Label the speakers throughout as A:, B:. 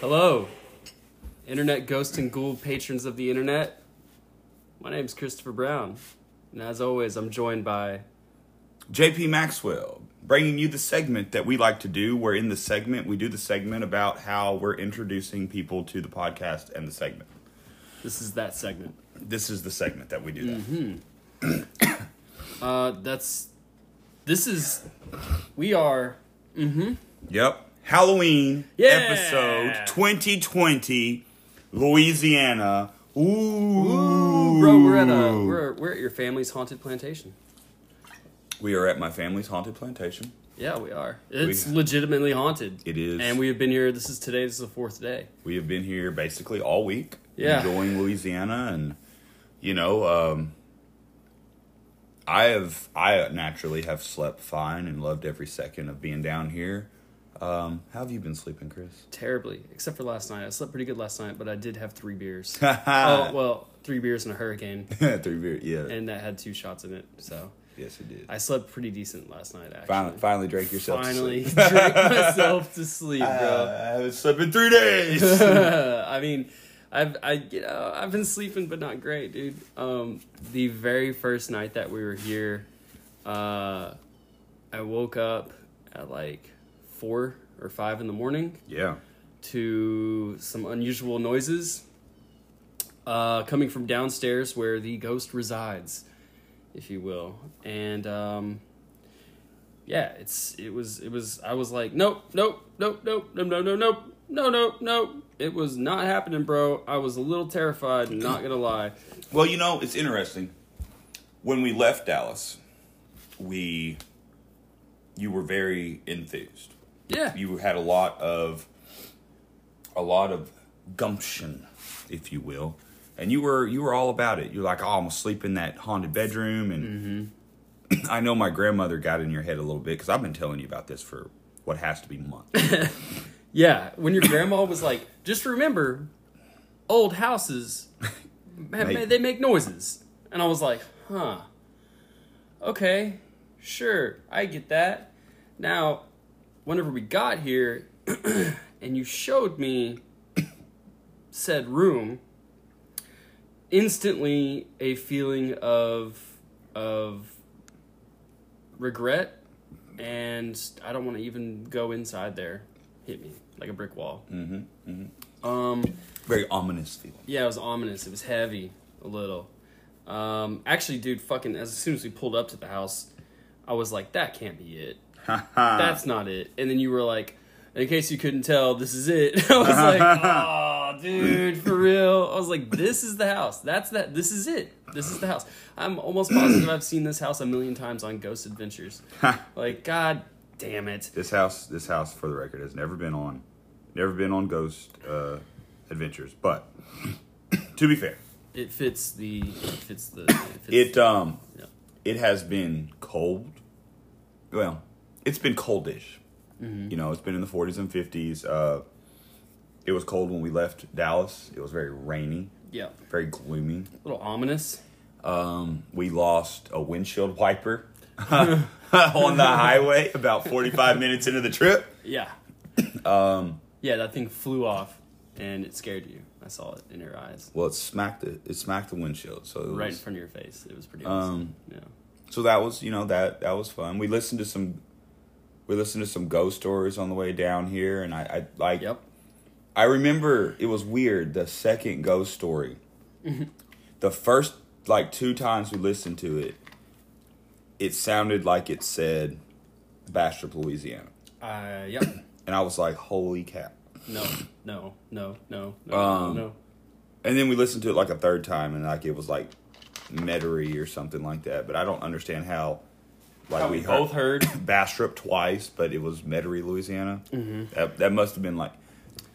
A: Hello, internet ghost and ghoul patrons of the internet. My name's Christopher Brown, and as always, I'm joined by
B: JP Maxwell, bringing you the segment that we like to do. Where in the segment, we do the segment about how we're introducing people to the podcast and the segment.
A: this is that segment.
B: This is the segment that we do
A: Mm-hmm.
B: that.
A: Uh, that's this is we are
B: Yep. Halloween
A: Yeah.
B: episode 2020, Louisiana. Ooh.
A: bro. We're at a we're we're at your family's haunted plantation.
B: We are at my family's haunted plantation.
A: Yeah, we are. It's legitimately haunted.
B: It is.
A: and we have been here. This is today. This is the fourth day.
B: We have been here basically all week,
A: Yeah.
B: enjoying Louisiana, and you know, um, I have I naturally have slept fine and loved every second of being down here. Um, how have you been sleeping, Chris?
A: Terribly, except for last night. I slept pretty good last night, but I did have three beers. oh well, three beers and a hurricane,
B: Three beer, yeah,
A: and that had two shots in it. So
B: yes, it did.
A: I slept pretty decent last night. Actually,
B: finally, finally drank yourself. to
A: finally
B: sleep.
A: drank myself to sleep, bro. Uh,
B: Uh, I haven't slept in three days.
A: I mean, I've I you know I've been sleeping, but not great, dude. Um, the very first night that we were here, uh, I woke up at like four or five in the morning
B: yeah,
A: to some unusual noises uh, coming from downstairs where the ghost resides, if you will. And um, yeah, it's it was it was I was like, nope, nope, nope, nope, no, no, no, nope, no, no, no. It was not happening, bro. I was a little terrified, not gonna lie.
B: Well, you know, it's interesting. When we left Dallas, we you were very enthused.
A: Yeah.
B: you had a lot of a lot of gumption, if you will, and you were you were all about it. You're like, oh, I'm gonna sleep in that haunted bedroom, and I know my grandmother got in your head a little bit because I've been telling you about this for what has to be months.
A: Yeah, when your grandma was like, just remember, old houses, ma- ma- they make noises. And I was like, huh. Okay, sure, I get that. Now, whenever we got here and you showed me said room, instantly a feeling of of regret and I don't want to even go inside there. Hit me like a brick wall. Mm-hmm. Um,
B: Very ominous feeling.
A: yeah, it was ominous. It was heavy a little. Um, actually, dude, fucking as soon as we pulled up to the house, I was like, that can't be it. That's not it. And then you were like, in case you couldn't tell, this is it. I was like, oh, dude, for real. I was like, this is the house. That's that. This is it. This is the house. I'm almost positive I've seen this house a million times on Ghost Adventures. like, god damn it.
B: This house, this house, for the record, has never been on, never been on ghost uh, adventures. But to be fair,
A: It fits the. It fits the. It. Fits
B: it um,
A: yeah.
B: it has been cold. Well, it's been coldish.
A: Mm-hmm.
B: You know, it's been in the 40s and 50s. Uh, it was cold when we left Dallas. It was very rainy,
A: yeah.
B: very gloomy.
A: A little ominous.
B: Um, we lost a windshield wiper on the highway about 45 minutes into the trip.
A: Yeah. um. Yeah, that thing flew off, and it scared you. I saw it in your eyes,
B: Well, it smacked the it smacked the windshield. So it was,
A: right in front of your face. It was pretty awesome.
B: Um.
A: yeah.
B: so that was you know that that was fun. We listened to some we listened to some ghost stories on the way down here, and I, I like
A: Yep.
B: I remember it was weird the second ghost story.
A: Mm-hmm.
B: the first like two times we listened to it, it sounded like it said Bastrop, Louisiana.
A: Uh. Yep.
B: And I was like, holy cow.
A: No. No. No. No. No.
B: Um,
A: no.
B: And then we listened to it like a third time and like it was like Metairie or something like that. But I don't understand how like
A: How we both heard.
B: Bastrop twice, but it was Metairie, Louisiana.
A: Mm-hmm.
B: That, that must have been like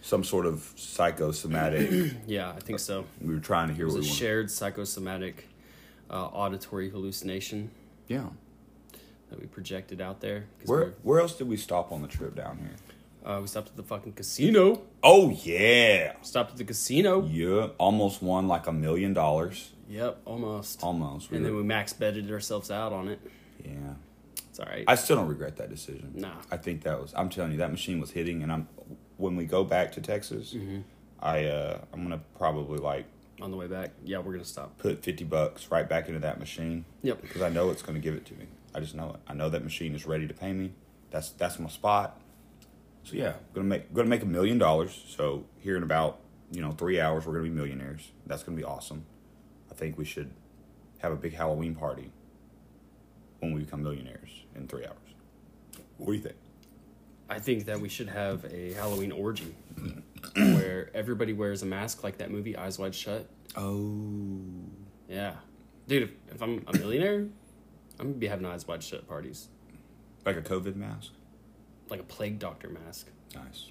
B: some sort of psychosomatic.
A: Yeah, I think so.
B: we were trying to hear
A: It
B: what
A: was
B: we
A: a
B: wanted.
A: shared psychosomatic, uh, auditory hallucination
B: Yeah.
A: that we projected out there. 'cause
B: Where where else did we stop on the trip down here?
A: we were- Uh, we stopped at the fucking casino.
B: Oh yeah.
A: Stopped at the casino.
B: Yeah. Almost won like a million dollars.
A: Yep. Almost.
B: Almost. We
A: and then
B: were-
A: we max betted ourselves out on it.
B: yeah.
A: It's all right.
B: I still don't regret that decision.
A: Nah.
B: I think that was I'm telling you, that machine was hitting and I'm when we go back to Texas,
A: Mm-hmm.
B: I uh, I'm gonna probably like
A: on the way back. Yeah, we're gonna stop.
B: put fifty bucks right back into that machine.
A: Yep.
B: Because I know it's gonna give it to me. I just know it. I know that machine is ready to pay me. That's that's my spot. So yeah, gonna make gonna make a million dollars. So here in about you know three hours, we're gonna be millionaires. That's gonna be awesome. I think we should have a big Halloween party when we become millionaires in three hours. What do you think?
A: I think that we should have a Halloween orgy where everybody wears a mask like that movie Eyes Wide Shut.
B: Oh,
A: Yeah, dude. If, if I'm a millionaire, I'm gonna be having eyes wide shut parties,
B: like a COVID mask.
A: like a plague doctor mask.
B: Nice,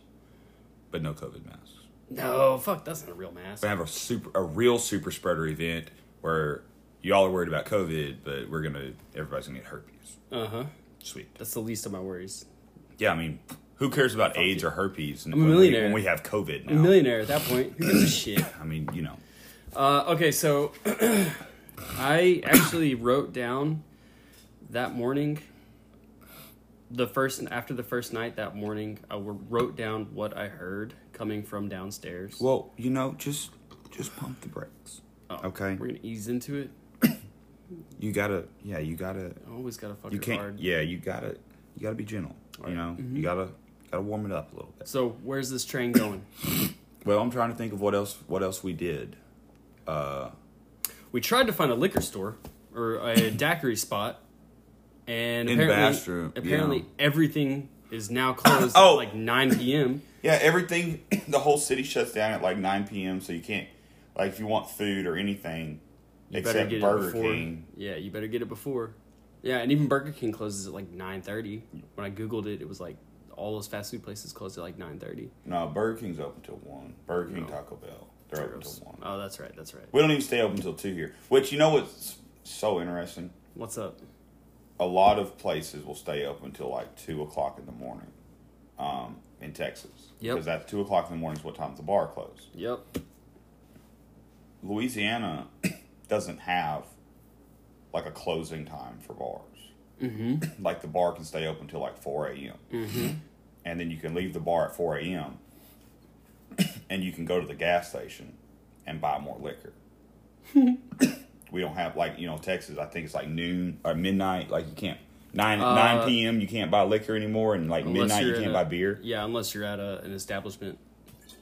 B: but no COVID masks.
A: No, fuck, that's not a real mask.
B: We have a super, a real super spreader event where y'all are worried about COVID, but we're gonna everybody's gonna get herpes.
A: Uh huh.
B: Sweet.
A: That's the least of my worries.
B: Yeah, I mean, who cares about AIDS or herpes?
A: a
B: when we-
A: millionaire.
B: When we have COVID now.
A: I'm a millionaire at that point. Who gives a shit?
B: I mean, you know.
A: Uh, okay, so I actually wrote down that morning, the first after the first night that morning, I w- wrote down what I heard coming from downstairs.
B: Well, you know, just just pump the brakes.
A: Oh,
B: okay.
A: we're gonna ease into it.
B: You gotta, yeah, you gotta.
A: I always gotta fuck
B: You
A: it
B: can't.
A: hard. Mm-hmm.
B: Yeah, you gotta. You gotta be gentle. You know, you gotta gotta warm it up a little bit.
A: So where's this train going?
B: Well, I'm trying to think of what else what else we did.
A: We tried to find a liquor store or a daiquiri spot, and
B: In
A: apparently,
B: Bastrop, yeah.
A: apparently everything is now closed
B: Oh.
A: at like 9 p.m.
B: Yeah, everything. The whole city shuts down at like 9 p.m. So you can't, like, if you want food or anything,
A: You better
B: except
A: get
B: Burger
A: it before.
B: King.
A: Yeah, you better get it before. Yeah, and even Burger King closes at like 9:30. When I googled it, it was like all those fast food places closed at like 9:30.
B: No, Burger King's open till one. Burger King, Taco Bell, they're open till
A: Gross.
B: one.
A: Oh, that's right. That's right.
B: We don't even stay open till two here. Which you know what's so interesting?
A: What's up?
B: A lot of places will stay open till like two o'clock in the morning, um, in Texas.
A: Yep.
B: Because that's two o'clock in the morning is what time the bar closed.
A: Yep.
B: Louisiana doesn't have like a closing time for bars. Mm-hmm. like the bar can stay open till like four a.m. Mm-hmm. And then you can leave the bar at four a.m. and you can go to the gas station and buy more liquor. we don't have like you know Texas. I think it's like noon or midnight. Like you can't nine nine p.m. You can't buy liquor anymore, and like
A: Uh, Unless
B: midnight you
A: you're in
B: can't
A: a-
B: buy beer.
A: Yeah, unless you're at a, an establishment.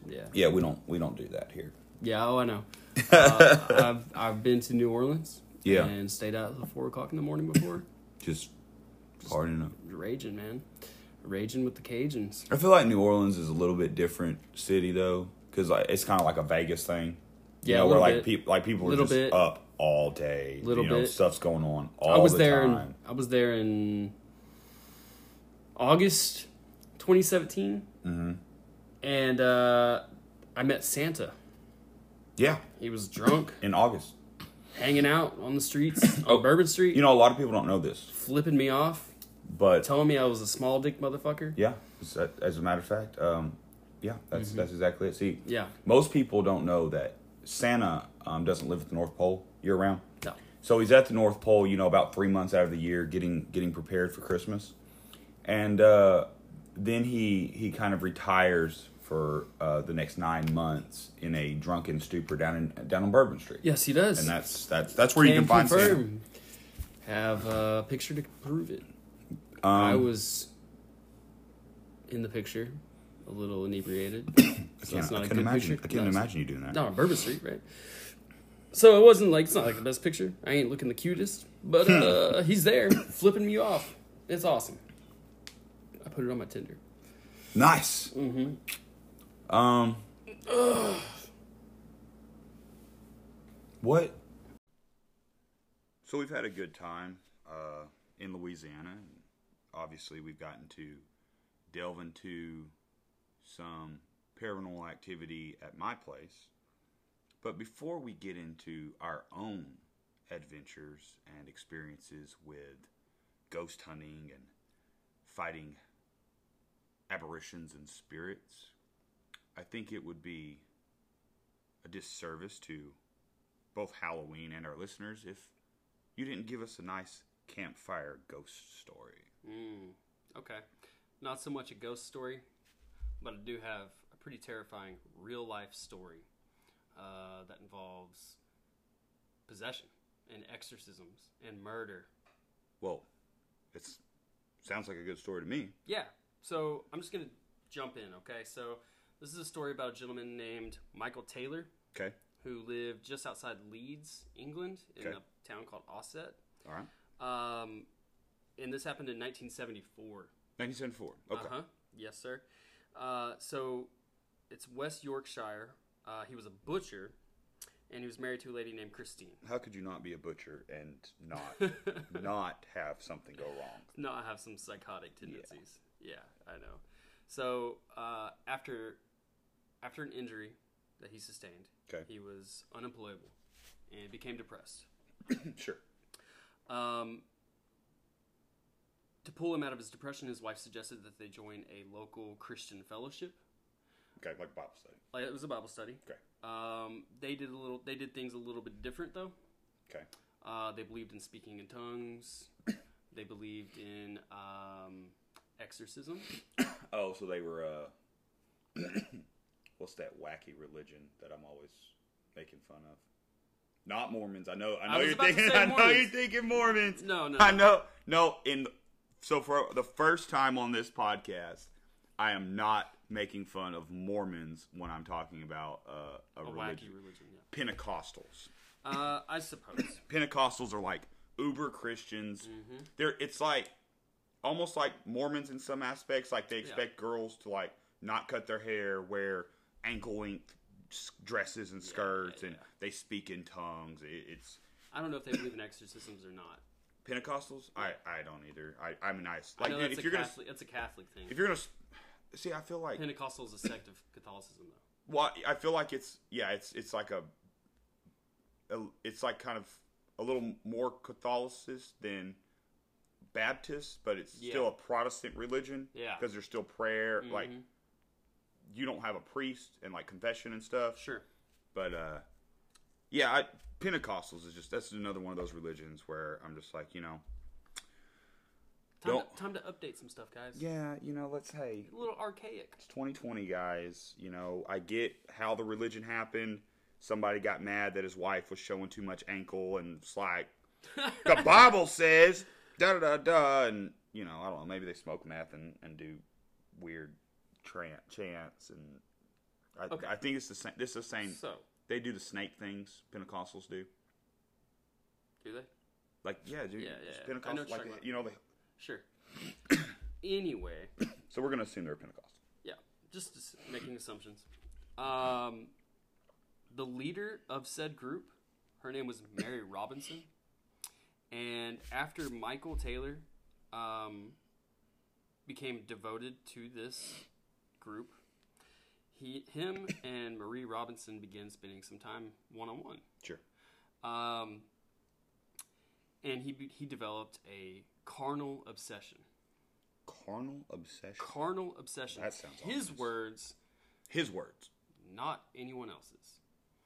A: Yeah.
B: Yeah, we don't we don't do that here.
A: Yeah, oh, I know. Uh, I've I've been to New Orleans.
B: Yeah.
A: And stayed out till four o'clock in the morning before.
B: Just partying up.
A: Raging, man. Raging with the Cajuns.
B: I feel like New Orleans is a little bit different city though, because like it's kind of like a Vegas thing. You
A: Yeah, a
B: know, where
A: little
B: like
A: bit.
B: people like people are
A: Little
B: just
A: bit.
B: up all day.
A: Little
B: you know,
A: bit.
B: stuff's going on all
A: I was
B: the
A: there.
B: time.
A: In, I was there in August 2017,
B: Mm-hmm.
A: and uh, I met Santa.
B: Yeah,
A: He was drunk,
B: in August.
A: hanging out on the streets on Bourbon Street,
B: Oh. You know, a lot of people don't know this,
A: flipping me off,
B: but
A: telling me I was a small dick motherfucker.
B: yeah, it's- uh, as a matter of fact, um, yeah, that's that's exactly it. See,
A: Mm-hmm. Yeah.
B: most people don't know that Santa um, doesn't live at the North Pole year round.
A: No.
B: So he's at the North Pole, you know, about three months out of the year, getting getting prepared for Christmas, and uh, then he he kind of retires for uh, the next nine months in a drunken stupor down in down on Bourbon Street.
A: Yes, he does.
B: and that's that's that's where you can find Santa.
A: confirm. Have a picture to prove it.
B: Um,
A: I was in the picture, a little inebriated.
B: I
A: So it's
B: can't,
A: not
B: I
A: a
B: couldn't
A: good
B: imagine.
A: picture.
B: I couldn't
A: No, it's-
B: imagine you doing that.
A: not on Bourbon Street, right? So it wasn't like it's not like the best picture. I ain't looking the cutest, but uh, he's there flipping me off. It's awesome. I put it on my Tinder.
B: Nice. Mm-hmm. Um. what? So we've had a good time uh, in Louisiana. Obviously, we've gotten to delve into some paranormal activity at my place. But before we get into our own adventures and experiences with ghost hunting and fighting aberrations and spirits, I think it would be a disservice to both Halloween and our listeners if you didn't give us a nice campfire ghost story.
A: Hmm, Okay, not so much a ghost story, but I do have a pretty terrifying real life story uh, that involves possession and exorcisms and murder.
B: Well, it's sounds like a good story to me.
A: Yeah, so I'm just gonna jump in, okay? So this is a story about a gentleman named Michael Taylor
B: Okay.
A: who lived just outside Leeds, England, in
B: Okay.
A: a town called Osset.
B: All right.
A: Um, and this happened in 1974.
B: 1974. Okay.
A: Uh huh. Yes, sir. Uh, so it's West Yorkshire. Uh, he was a butcher, and he was married to a lady named Christine.
B: How could you not be a butcher and not not have something go wrong?
A: No, I have some psychotic tendencies. Yeah, I know. So uh, after after an injury that he sustained,
B: Okay.
A: he was unemployable and became depressed.
B: sure.
A: Um, to pull him out of his depression, his wife suggested that they join a local Christian fellowship.
B: Okay, like Bible study.
A: Like it was a Bible study.
B: Okay.
A: Um, they did a little. They did things a little bit different though.
B: Okay.
A: Uh, they believed in speaking in tongues. they believed in um, exorcism.
B: Oh, so they were uh what's that wacky religion that I'm always making fun of? Not Mormons. I know I know
A: was
B: you're
A: about to
B: thinking
A: say
B: I know
A: Mormons.
B: you're thinking Mormons.
A: No, no,
B: I know no in so for the first time on this podcast I am not making fun of Mormons when I'm talking about uh, a,
A: A
B: religion.
A: wacky religion. Yeah.
B: Pentecostals.
A: Uh, I suppose.
B: Pentecostals are like uber Christians.
A: Mm-hmm.
B: They're it's like almost like Mormons in some aspects. Like they expect girls to like not cut their hair, wear ankle length s- dresses and skirts,
A: yeah,
B: and
A: yeah.
B: they speak in tongues. It, it's
A: I don't know if they believe in exorcisms or not.
B: Pentecostals. I I don't either. I I mean I
A: I
B: like
A: know
B: dude,
A: that's,
B: if
A: a
B: you're gonna
A: Catholic, that's a Catholic thing.
B: if you're gonna s- see, I feel like
A: Pentecostal is a sect of Catholicism, though.
B: Well, I feel like it's yeah, it's it's like a, a- it's like kind of a little more Catholicist than Baptist, but it's
A: Yeah.
B: still a Protestant religion.
A: Yeah. Mm-hmm.
B: because there's still prayer. Like you don't have a priest and like confession and stuff.
A: Sure.
B: but uh, yeah, I, Pentecostals is just that's another one of those religions where I'm just like you know
A: Time
B: Don't-
A: to, time to update some stuff, guys.
B: yeah you know let's hey
A: A little archaic.
B: it's 2020 guys you know i get how the religion happened somebody got mad that his wife was showing too much ankle and it's like the bible says da da da da and you know i don't know maybe they smoke meth and, and do weird tran chants and I,
A: Okay.
B: I think it's the same this is the same
A: So,
B: they do the snake things pentecostals do
A: do they?
B: like yeah dude
A: Yeah, yeah,
B: it's
A: yeah. I know
B: pentecostals
A: what you're
B: like
A: talking about.
B: you know they,
A: Sure. anyway,
B: so we're gonna assume they're pentecostal
A: yeah, just as- making assumptions. Um, the leader of said group, her name was Mary Robinson, and after Michael Taylor um, became devoted to this group, he, him, and Marie Robinson began spending some time one on one.
B: sure
A: Um, and he be- he developed a carnal obsession.
B: carnal obsession
A: Carnal obsession.
B: That sounds
A: His
B: ominous.
A: words,
B: his words
A: not anyone else's.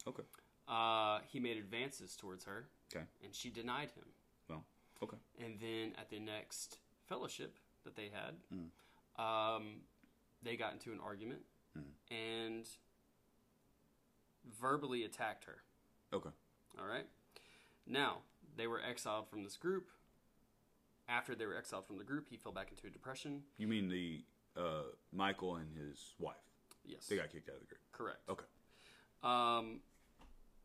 B: okay
A: Uh, he made advances towards her,
B: okay
A: and she denied him.
B: well okay
A: And then at the next fellowship that they had,
B: Hmm.
A: um, they got into an argument and verbally attacked her.
B: okay
A: All right. Now, they were exiled from this group. After they were exiled from the group, he fell back into a depression.
B: You mean the uh, Michael and his wife?
A: Yes.
B: They got kicked out of the group.
A: correct.
B: Okay.
A: Um,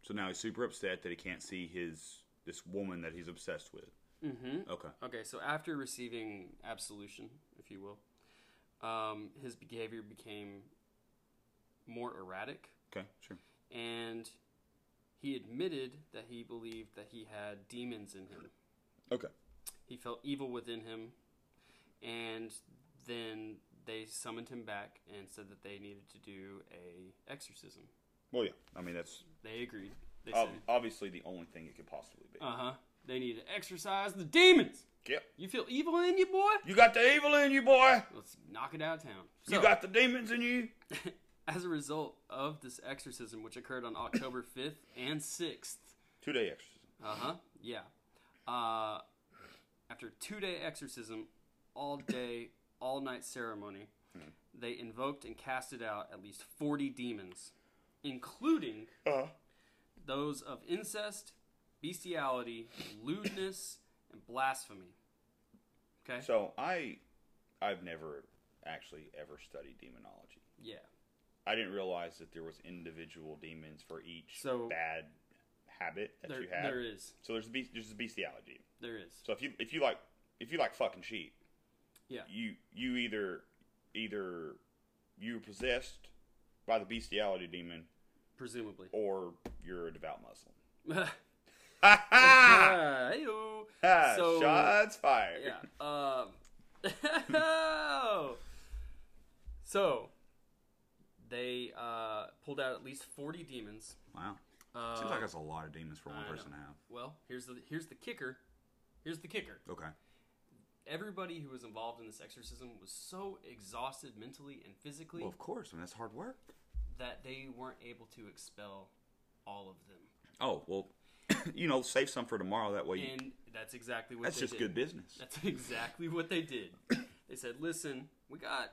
B: So now he's super upset that he can't see his this woman that he's obsessed with. Mm-hmm. Okay.
A: okay, so after receiving absolution, if you will, um, his behavior became more erratic,
B: Okay. Sure.
A: and he admitted that he believed that he had demons in him.
B: Okay.
A: He felt evil within him, and then they summoned him back and said that they needed to do a exorcism.
B: Well, yeah. I mean, that's
A: They agreed. They
B: ob-
A: said,
B: obviously the only thing it could possibly be.
A: "Uh huh." They need to exorcise the demons.
B: yep.
A: You feel evil in you, boy.
B: You got the evil in you, boy.
A: Let's knock it out of town.
B: you
A: So,
B: got the demons in you.
A: as a result of this exorcism, which occurred on October fifth and sixth,
B: Two day exorcism.
A: Uh huh. Yeah. Uh, after two day exorcism, all day, all night ceremony, they invoked and casted out at least 40 demons, including
B: Uh-huh.
A: those of incest, bestiality, lewdness, and blasphemy. Okay?
B: So I, I've never actually ever studied demonology.
A: yeah.
B: I didn't realize that there was individual demons for each
A: So-
B: bad habit that
A: There-
B: you have.
A: there is.
B: So there's be- there's bestiality.
A: There is.
B: So if you if you like if you like fucking sheep,
A: Yeah.
B: you you either either you're possessed by the bestiality demon
A: Presumably.
B: or you're a devout Muslim.
A: Ah, hey-o.
B: Ah,
A: So-
B: shots fired.
A: Yeah. Um, so they uh, pulled out at least forty demons.
B: Wow. Seems like that's a lot of demons for one
A: Uh, I
B: person to
A: know.
B: have.
A: Well, here's the here's the kicker. Here's the kicker.
B: Okay.
A: Everybody who was involved in this exorcism was so exhausted mentally and physically
B: Well, of course. I mean, that's hard work.
A: that they weren't able to expel all of them.
B: Oh well, you know, save some for tomorrow. That way, you,
A: And that's exactly what
B: that's
A: they
B: just
A: did.
B: good business.
A: That's exactly what they did. They said, "Listen, we got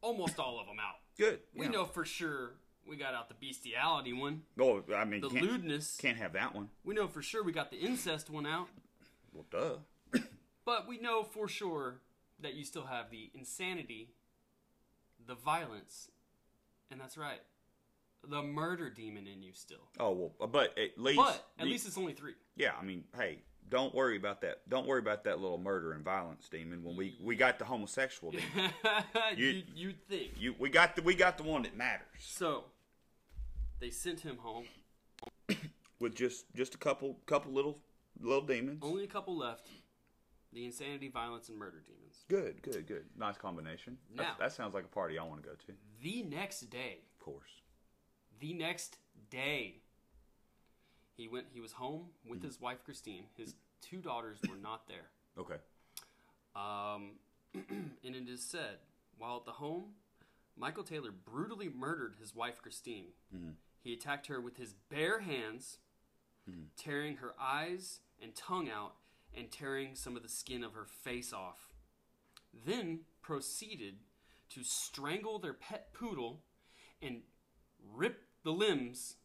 A: almost all of them out.
B: Good.
A: We
B: yeah.
A: know for sure we got out the bestiality one,
B: Oh, I mean,
A: the
B: can't,
A: lewdness.
B: can't have that one.
A: We know for sure we got the incest one out,
B: Well, duh.
A: but we know for sure that you still have the insanity, the violence, and that's right, the murder demon in you still.
B: Oh well, but at least,
A: But at
B: you-
A: least it's only three.
B: yeah. I mean, hey, don't worry about that. Don't worry about that little murder and violence demon. When we we got the homosexual demon,
A: you you think
B: you we got the we got the one that matters
A: so? They sent him home.
B: with just just a couple couple little little demons.
A: Only a couple left. The insanity, violence, and murder demons.
B: Good, good, good. Nice combination. That's-
A: Now-
B: that sounds like a party I want to go to. Of
A: The next day,
B: course.
A: the next day, he went. He was home with his wife Christine. His two daughters were not there.
B: Okay.
A: Um, and it is said while at the home, Michael Taylor brutally murdered his wife Christine. He attacked her with his bare hands, tearing her eyes and tongue out and tearing some of the skin of her face off. Then proceeded to strangle their pet poodle and rip the limbs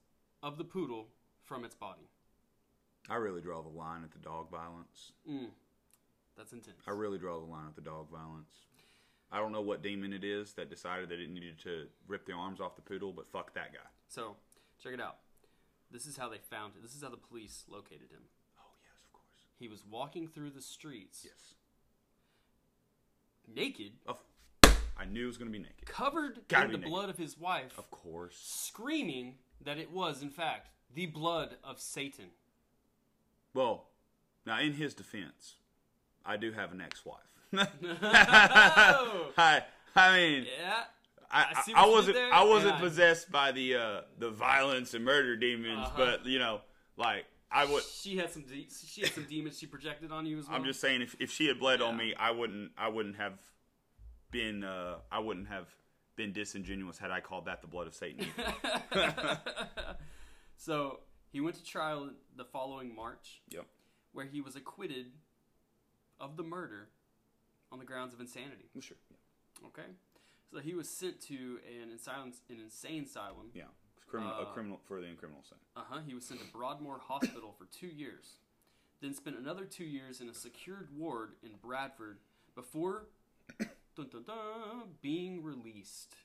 A: of the poodle from its body.
B: I really draw the line at the dog violence.
A: Hmm. That's intense.
B: I really draw the line at the dog violence. I don't know what demon it is that decided that it needed to rip the arms off the poodle, but fuck that guy.
A: So, check it out. This is how they found it. This is how the police located him.
B: Oh yes, of course.
A: He was walking through the streets,
B: Yes.
A: naked,
B: Of. Oh, I knew it was gonna be naked.
A: covered
B: Gotta
A: in
B: be
A: the
B: naked.
A: blood of his wife,
B: Of course.
A: screaming that it was, in fact, the blood of Satan.
B: Well, now in his defense, I do have an ex-wife. I, I mean,
A: Yeah. Oh. I
B: I,
A: see
B: I, I
A: what you did
B: wasn't
A: there,
B: I wasn't
A: and I-
B: possessed by the uh, the violence and murder demons,
A: Uh-huh.
B: but you know, like I would.
A: She had some de- she had some demons she projected on you as well.
B: I'm just saying, if, if she had bled on
A: Yeah.
B: me, I wouldn't I wouldn't have been uh, I wouldn't have been disingenuous had I called that the blood of Satan. either.
A: So, he went to trial the following March
B: yep.
A: where he was acquitted of the murder on the grounds of insanity.
B: Well, sure.
A: Okay? So he was sent to an insane, an insane asylum.
B: Yeah. It's Criminal, a criminal for the criminal sin.
A: Uh huh. He was sent to Broadmoor Hospital for two years, then spent another two years in a secured ward in Bradford before dun, dun, dun, being released.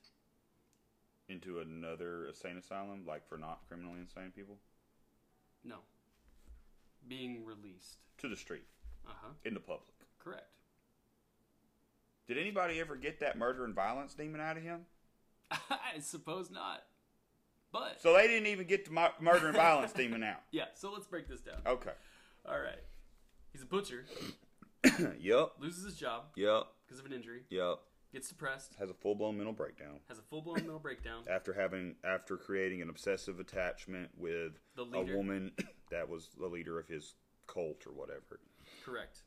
B: Into another insane asylum, like for not criminally insane people,
A: No. Being released.
B: to the street
A: Uh huh.
B: in the public.
A: Correct.
B: Did anybody ever get that murder and violence demon out of him?
A: I suppose not. But,
B: So they didn't even get the mu- murder and violence demon out.
A: yeah, so let's break this down.
B: Okay.
A: All right. He's a butcher,
B: Yep.
A: loses his job
B: Yep.
A: because of an injury,
B: Yep.
A: gets depressed,
B: Has a full blown mental breakdown
A: has a full blown mental breakdown.
B: after having after creating an obsessive attachment with
A: The
B: a
A: leader.
B: woman that was the leader of his cult or whatever.
A: Correct.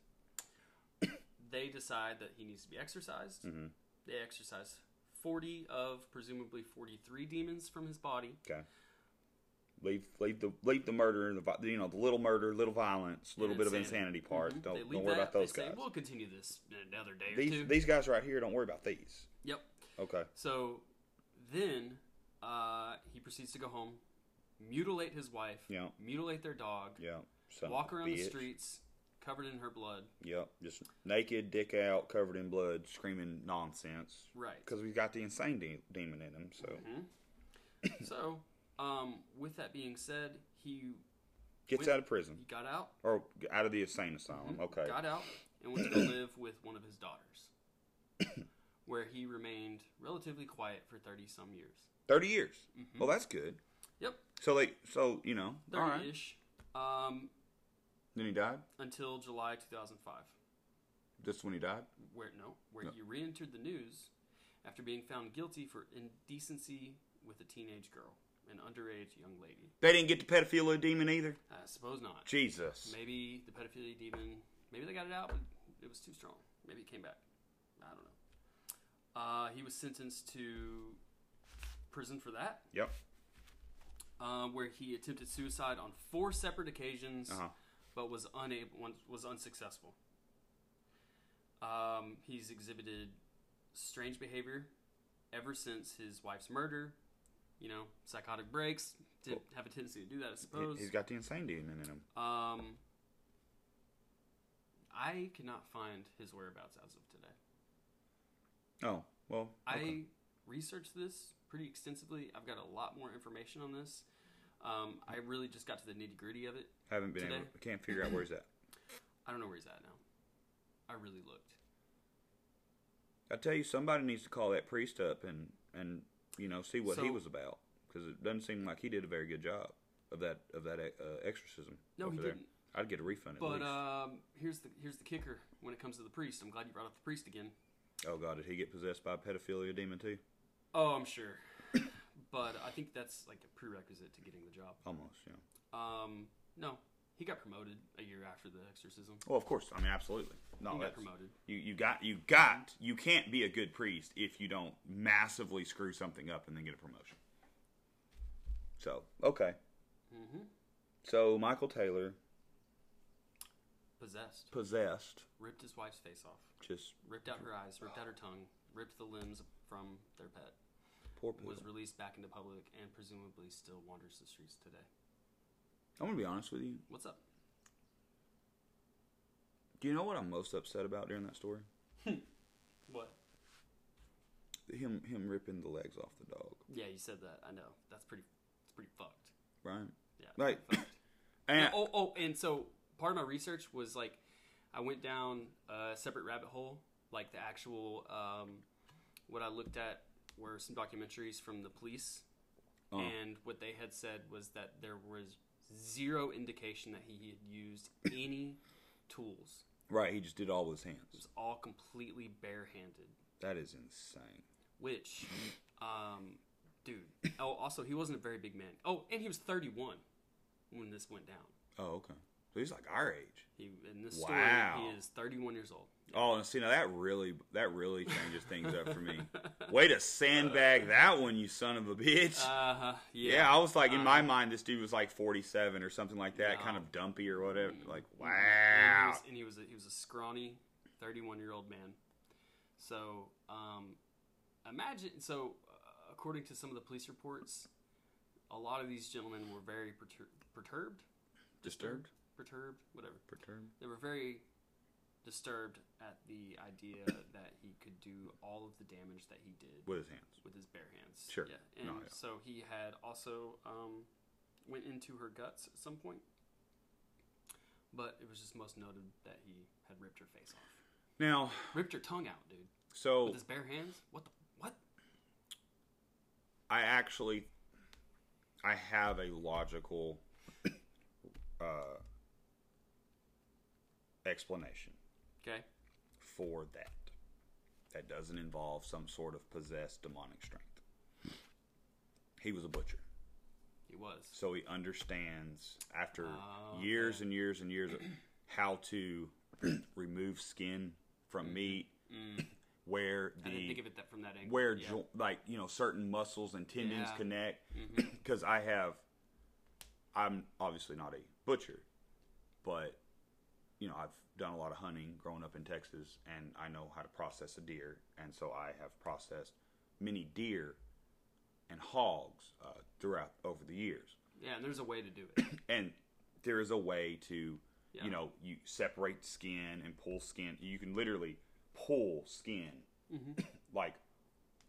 A: they decide that he needs to be exorcised.
B: Mm-hmm.
A: They exorcise 40 of presumably 43 demons from his body.
B: Okay. Leave leave the leave the murder and the vi- you know the little murder, little violence, little bit of
A: insanity.
B: insanity part.
A: Mm-hmm. They
B: Don't
A: leave
B: don't worry
A: that,
B: about those
A: they say,
B: guys.
A: We'll continue this in another day or two.
B: These these guys right here, don't worry about these.
A: Yep.
B: Okay.
A: So then uh, he proceeds to go home, mutilate his wife,
B: Yeah.
A: mutilate their dog,
B: Yeah. son of
A: walk
B: a
A: around the
B: bitch.
A: streets covered in her blood.
B: Yep. Just naked, dick out, covered in blood, screaming nonsense.
A: Right.
B: Because we got the insane de- demon in him. So
A: Mm-hmm. so, um, with that being said, he
B: gets
A: went-
B: out of
A: He
B: prison
A: got out,
B: or out of the insane asylum. Okay.
A: Mm-hmm. got out, and went to live with one of his daughters, where he remained relatively quiet for thirty some years.
B: Thirty
A: Mm-hmm.
B: years. Well, that's good.
A: Yep,
B: So like, so you know, all right.
A: thirty ish. Um,
B: Then he died.
A: until July two thousand five.
B: Just when he died.
A: where no, where he re-entered the news after being found guilty for indecency with a teenage girl, an underage young lady.
B: They didn't get the pedophilia demon either.
A: I suppose not.
B: Jesus.
A: Maybe the pedophilia demon. Maybe they got it out, but it was too strong. Maybe it came back. I don't know. Uh, he was sentenced to prison for that,
B: Yep.
A: uh, where he attempted suicide on four separate occasions,
B: Uh-huh.
A: but was unable was unsuccessful. Um, he's exhibited strange behavior ever since his wife's murder. You know, psychotic breaks. Did have a tendency to do that, I suppose.
B: He, has got the insane demon in him.
A: Um, I cannot find his whereabouts as of today.
B: Oh well. okay.
A: I researched this pretty extensively. I've got a lot more information on this. Um, I really just got to the nitty gritty of it.
B: haven't been
A: today-
B: able. I can't figure out where he's at.
A: I don't know where he's at now. I really looked.
B: I tell you, somebody needs to call that priest up and and you know see what he
A: So-
B: was about because it doesn't seem like he did a very good job of that of that uh, exorcism.
A: No, he
B: over there.
A: didn't.
B: I'd get a refund. At
A: But
B: least.
A: um, here's the here's the kicker when it comes to the priest. I'm glad you brought up the priest again.
B: oh god, did he get possessed by a pedophilia demon too?
A: Oh, I'm sure. but I think that's like a prerequisite to getting the job.
B: Almost, yeah.
A: Um, no, he got promoted a year after the exorcism.
B: Well, of course. I mean, absolutely. No,
A: He got
B: Oh, that's-
A: promoted.
B: You you got you got you can't be a good priest if you don't massively screw something up and then get a promotion. So okay.
A: Mm-hmm.
B: So Michael Taylor
A: Possessed,
B: possessed
A: ripped his wife's face off,
B: just
A: ripped out her eyes, ripped out her tongue, ripped the limbs from their pet.
B: poor. Poodle.
A: Was released back into public and presumably still wanders the streets today.
B: I'm gonna be honest with you.
A: What's up?
B: Do you know what I'm most upset about during that story?
A: What?
B: Him him ripping the legs off the dog,
A: Yeah, you said that. I know. That's pretty. It's pretty fucked.
B: right?
A: Yeah. it's
B: Like,
A: pretty fucked.
B: and
A: oh, oh, and so part of my research was like, I went down a separate rabbit hole, like the actual, um, what I looked at were some documentaries from the police,
B: uh, Uh-huh.
A: and what they had said was that there was zero indication that he had used any tools.
B: right, he just did all with his hands.
A: It's all completely barehanded,
B: That is insane.
A: which, um, dude. Oh, also he wasn't a very big man. Oh, and he was 31 when this went down.
B: Oh, okay. So he's like our age.
A: He in this
B: Wow.
A: story he is 31 years old.
B: Oh, and see now that really that really changes things up for me. Way to sandbag that one, you son of a bitch.
A: Uh huh. Yeah. Uh,
B: yeah, I was like in my mind this dude was like 47 or something like that,
A: No.
B: kind of dumpy or whatever. Like,
A: And he
B: wow.
A: was, and he was a, he was a scrawny, 31 year old man. So um, imagine. So uh, according to some of the police reports, a lot of these gentlemen were very pertur- perturbed,
B: Disturbed,
A: perturbed, whatever.
B: perturbed.
A: They were very disturbed at the idea that he could do all of the damage that he did
B: with his hands.
A: with his bare hands.
B: Sure.
A: Yeah. And
B: No, yeah.
A: so he had also um, went into her guts at some point, but it was just most noted that he had ripped her face off,
B: Now,
A: ripped her tongue out, dude,
B: so
A: with his bare hands. What the what?
B: I actually I have a logical uh, explanation
A: Okay.
B: for that. That doesn't involve some sort of possessed demonic strength. He was a butcher.
A: He was.
B: So he understands after
A: Oh,
B: years and years and years of how to remove skin from meat where
A: I
B: the
A: didn't Mm-hmm. Mm. think of it that from that angle.
B: where
A: yeah.
B: jo- like you know certain muscles and tendons
A: Yeah.
B: connect because i have I'm obviously not a butcher, but you know, I've done a lot of hunting growing up in Texas and I know how to process a deer. And so I have processed many deer and hogs uh, throughout over the years.
A: Yeah, and there's a way to do it.
B: And there is a way to,
A: Yeah.
B: you know, you separate skin and pull skin. You can literally pull skin
A: Mm-hmm.
B: like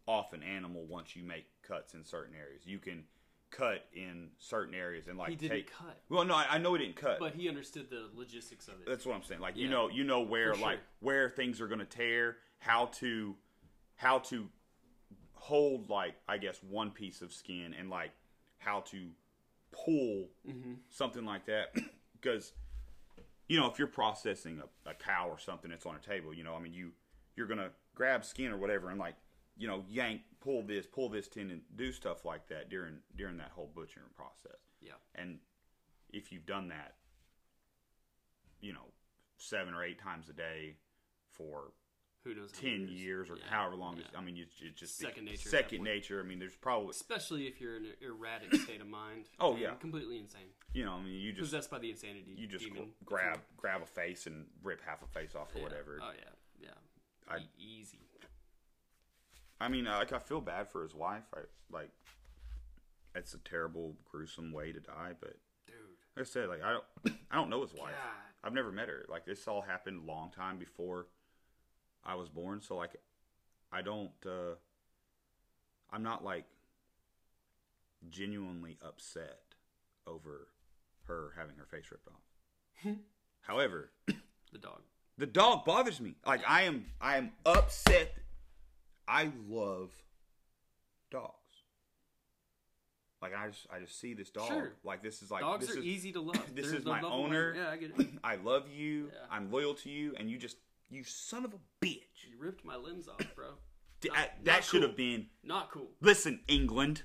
B: off an animal once you make cuts in certain areas. You can cut in certain areas and like
A: He didn't
B: take
A: cut.
B: Well, no, I, I know he didn't cut.
A: but he understood the logistics of it.
B: That's what I'm saying. Like you
A: Yeah.
B: know, you know where
A: For sure.
B: like where things are going to tear, how to how to hold like I guess one piece of skin and like how to pull
A: Mm-hmm.
B: something like that because you know if you're processing a, a cow or something that's on a table, you know, I mean you you're going to grab skin or whatever and like you know yank pull this pull this tendon do stuff like that during during that whole butchering process
A: Yeah.
B: and if you've done that you know seven or eight times a day for
A: Who knows? how
B: 10
A: many
B: years or
A: Yeah.
B: however long it's,
A: Yeah.
B: i mean it's, it's just
A: Second nature at that
B: second
A: point.
B: nature i mean there's probably
A: Especially if you're in an erratic state of mind.
B: Oh,
A: and
B: yeah.
A: completely insane,
B: you know i mean you just
A: possessed by the insanity.
B: you just
A: demon.
B: gr- grab grab a face and rip half a face off or
A: Yeah.
B: whatever
A: Oh yeah, yeah.
B: I-
A: E- easy.
B: i mean uh, like i feel bad for his wife i like that's a terrible gruesome way to die but
A: Dude.
B: like i said like i don't i don't know his wife
A: God.
B: i've never met her like this all happened a long time before i was born so like i don't uh i'm not like genuinely upset over her having her face ripped off however
A: The dog.
B: the dog bothers me like i am i am upset i love dogs like i just i just see this dog
A: Sure.
B: like this is like
A: Dogs
B: this
A: are
B: is,
A: easy to love.
B: this
A: They're
B: is
A: the
B: my
A: lovable
B: owner.
A: one. Yeah, I get it.
B: I love you.
A: Yeah.
B: I'm loyal to you, and you just you son of a bitch.
A: You ripped my limbs off, bro.
B: D- I-
A: not
B: that
A: cool.
B: should have been.
A: Not cool.
B: Listen, England.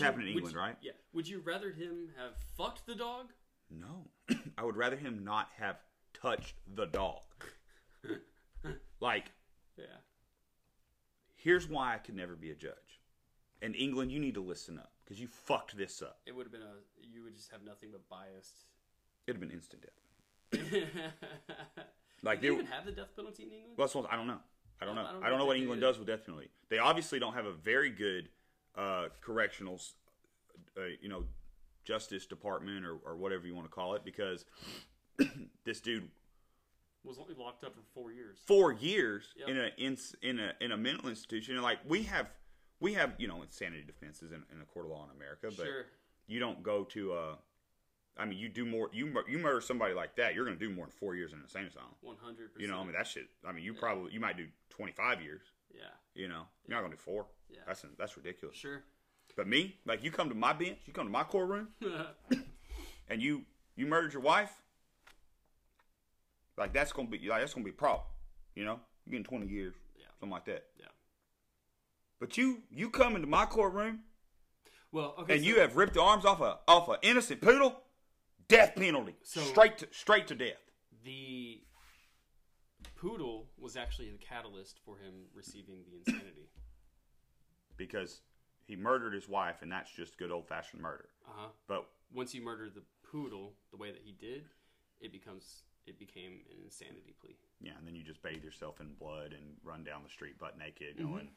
A: Would you-
B: happened in
A: would
B: England,
A: you-
B: right?
A: Yeah. Would you rather him have fucked the dog?
B: No, I would rather him not have touched the dog. like,
A: Yeah.
B: here's why I could never be a judge. And England, you need to listen up because you fucked this up.
A: It would have been a. You would just have nothing but biased.
B: It'd have been instant death.
A: Do
B: Like
A: they
B: it-
A: even have the death penalty in England?
B: Well, that's what- I don't know. I don't know. I don't know,
A: think
B: what
A: they
B: England
A: do.
B: does with death penalty. They obviously don't have a very good uh, correctional, s- uh, you know, justice department or, or whatever you want to call it because this dude
A: Was only locked up for four years.
B: four years
A: Yep.
B: in a in, in a in a mental institution. And like we have we have you know insanity defenses in, in a court of law in America, but
A: Sure.
B: you don't go to uh, I mean, you do more. You mur- you murder somebody like that, you're going to do more than four years in an insane asylum.
A: One hundred percent.
B: You know, I mean that shit. I mean, you probably you might do twenty five years.
A: Yeah.
B: You know, you're not gonna do four.
A: Yeah.
B: That's that's ridiculous.
A: Sure.
B: But me, like you come to my bench, you come to my courtroom, and you you murdered your wife. Like that's gonna be like that's gonna be a problem. You know, you're getting twenty years,
A: Yeah.
B: something like that.
A: Yeah.
B: But you you come into my courtroom
A: Well, okay.
B: and
A: so-
B: you have ripped the arms off a off an innocent poodle, death penalty,
A: So-
B: straight to straight to death.
A: the poodle was actually the catalyst for him receiving the insanity.
B: Because he murdered his wife, and that's just good old fashioned murder.
A: Uh huh.
B: But
A: Once you murder the poodle the way that he did, it becomes it became an insanity plea.
B: Yeah, and then you just bathe yourself in blood and run down the street butt naked,
A: Mm-hmm.
B: going,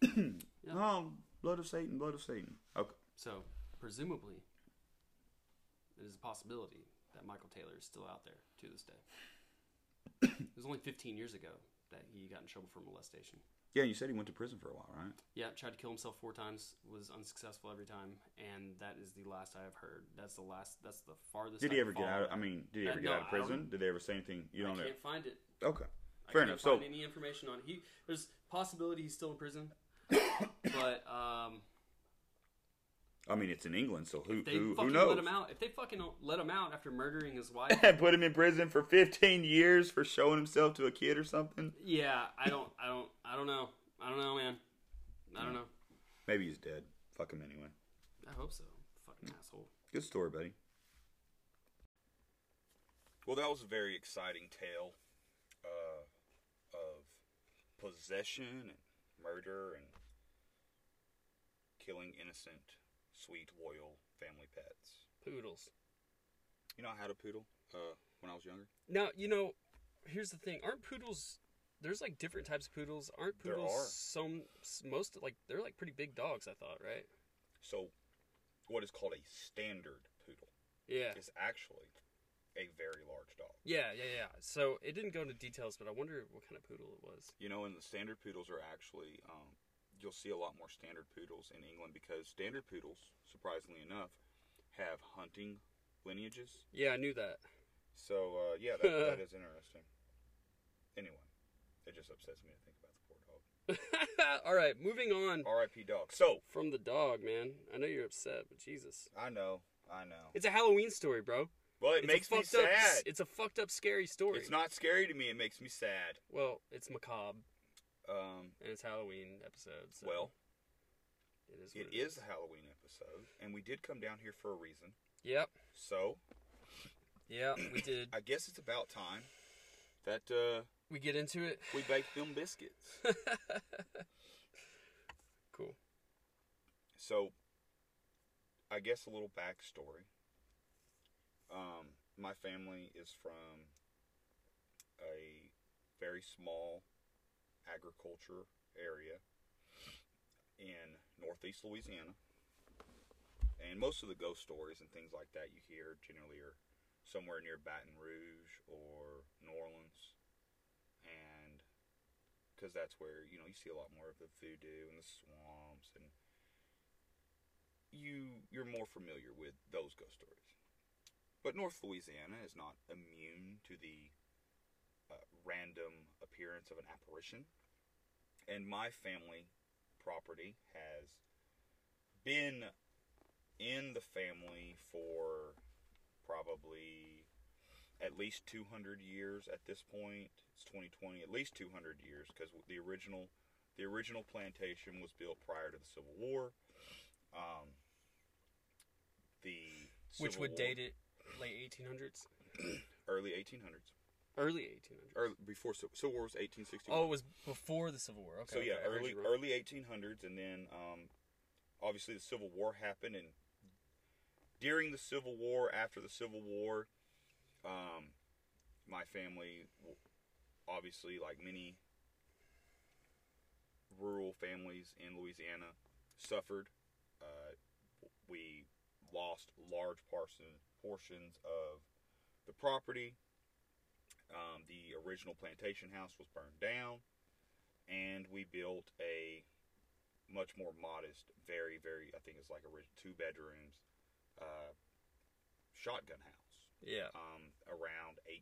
B: "Oh, blood of Satan, blood of Satan." Okay,
A: So presumably, it is a possibility that Michael Taylor is still out there to this day. it was only 15 years ago that he got in trouble for molestation.
B: yeah, you said he went to prison for a while, right?
A: Yeah, tried to kill himself four times, was unsuccessful every time, and that is the last I have heard. That's the last. That's the farthest.
B: Did
A: I
B: he ever get
A: followed
B: out? Of,
A: that.
B: I mean, did he
A: Uh,
B: ever get
A: no,
B: out of
A: I don't-
B: prison? Did they ever say anything? You
A: I
B: don't know.
A: can't find it.
B: Okay,
A: I
B: fair
A: can't
B: enough. So,
A: Find any information on he? There's possibility he's still in prison, but um,
B: I mean, it's in England, so who
A: they
B: who, who
A: fucking
B: knows?
A: let him out. If they fucking let him out after murdering his wife,
B: Put him in prison for 15 years for showing himself to a kid or something.
A: yeah, I don't, I don't, I don't know, I don't know, man, I
B: Hmm.
A: don't know.
B: Maybe he's dead. Fuck him anyway.
A: I hope so.
B: Hmm.
A: Fucking asshole.
B: Good story, buddy. Well, that was a very exciting tale uh, of possession and murder and killing innocent, sweet, loyal family pets.
A: Poodles.
B: You know, I had a poodle uh, when I was younger.
A: Now, you know, here's the thing. Aren't poodles there's like different types of poodles. Aren't
B: There
A: poodles
B: are.
A: some most like they're like pretty big dogs, I thought, right?
B: So, what is called a standard poodle
A: Yeah.
B: is actually a very large dog.
A: Yeah, yeah, yeah. So it didn't go into details, but I wonder what kind of poodle it was.
B: You know, and the standard poodles are actually, um, you'll see a lot more standard poodles in England because standard poodles, surprisingly enough, have hunting lineages.
A: Yeah, I knew that.
B: So, uh, yeah, that, that is interesting. Anyway, it just upsets me to think about the poor dog.
A: All right, moving on
B: R.I.P. dog. So,
A: from the dog, man. I know you're upset, but Jesus.
B: I know, I know.
A: It's a Halloween story, bro.
B: Well,
A: It's
B: it
A: a
B: makes me
A: fucked up-
B: sad.
A: It's a fucked up, scary story.
B: It's not scary to me. It makes me sad.
A: Well, it's macabre
B: Um,
A: and it's Halloween episode. So
B: well,
A: it is. What
B: it is a Halloween episode, and we did come down here for a reason.
A: Yep.
B: So,
A: Yep. We did.
B: I guess it's about time that uh,
A: we get into it.
B: we baked them biscuits.
A: Cool.
B: so, I guess a little backstory. Um, my family is from a very small agriculture area in northeast Louisiana. And most of the ghost stories and things like that you hear generally are somewhere near Baton Rouge or New Orleans. And because that's where, you know, you see a lot more of the voodoo and the swamps and you you're more familiar with those ghost stories. But North Louisiana is not immune to the uh, random appearance of an apparition. And my family property has been in the family for probably at least 200 years at this point. It's 2020, at least 200 years because the original the original plantation was built prior to the Civil War. Um, the
A: Which
B: Civil
A: would
B: War-
A: date it late 1800s,
B: early 1800s.
A: early 1800s.
B: Early, before Civil, Civil War was 1861.
A: Oh, it was before the Civil War. Okay.
B: so yeah,
A: okay, I heard
B: early
A: you wrong.
B: early 1800s, and then um, obviously the Civil War happened, and during the Civil War, after the Civil War, um, my family, w- obviously, like many rural families in Louisiana, suffered. Uh, we lost large parson, portions of the property. Um, the original plantation house was burned down and we built a much more modest, very, very, I think it's like a ri- two bedrooms uh, shotgun house
A: Yeah.
B: um, around 18,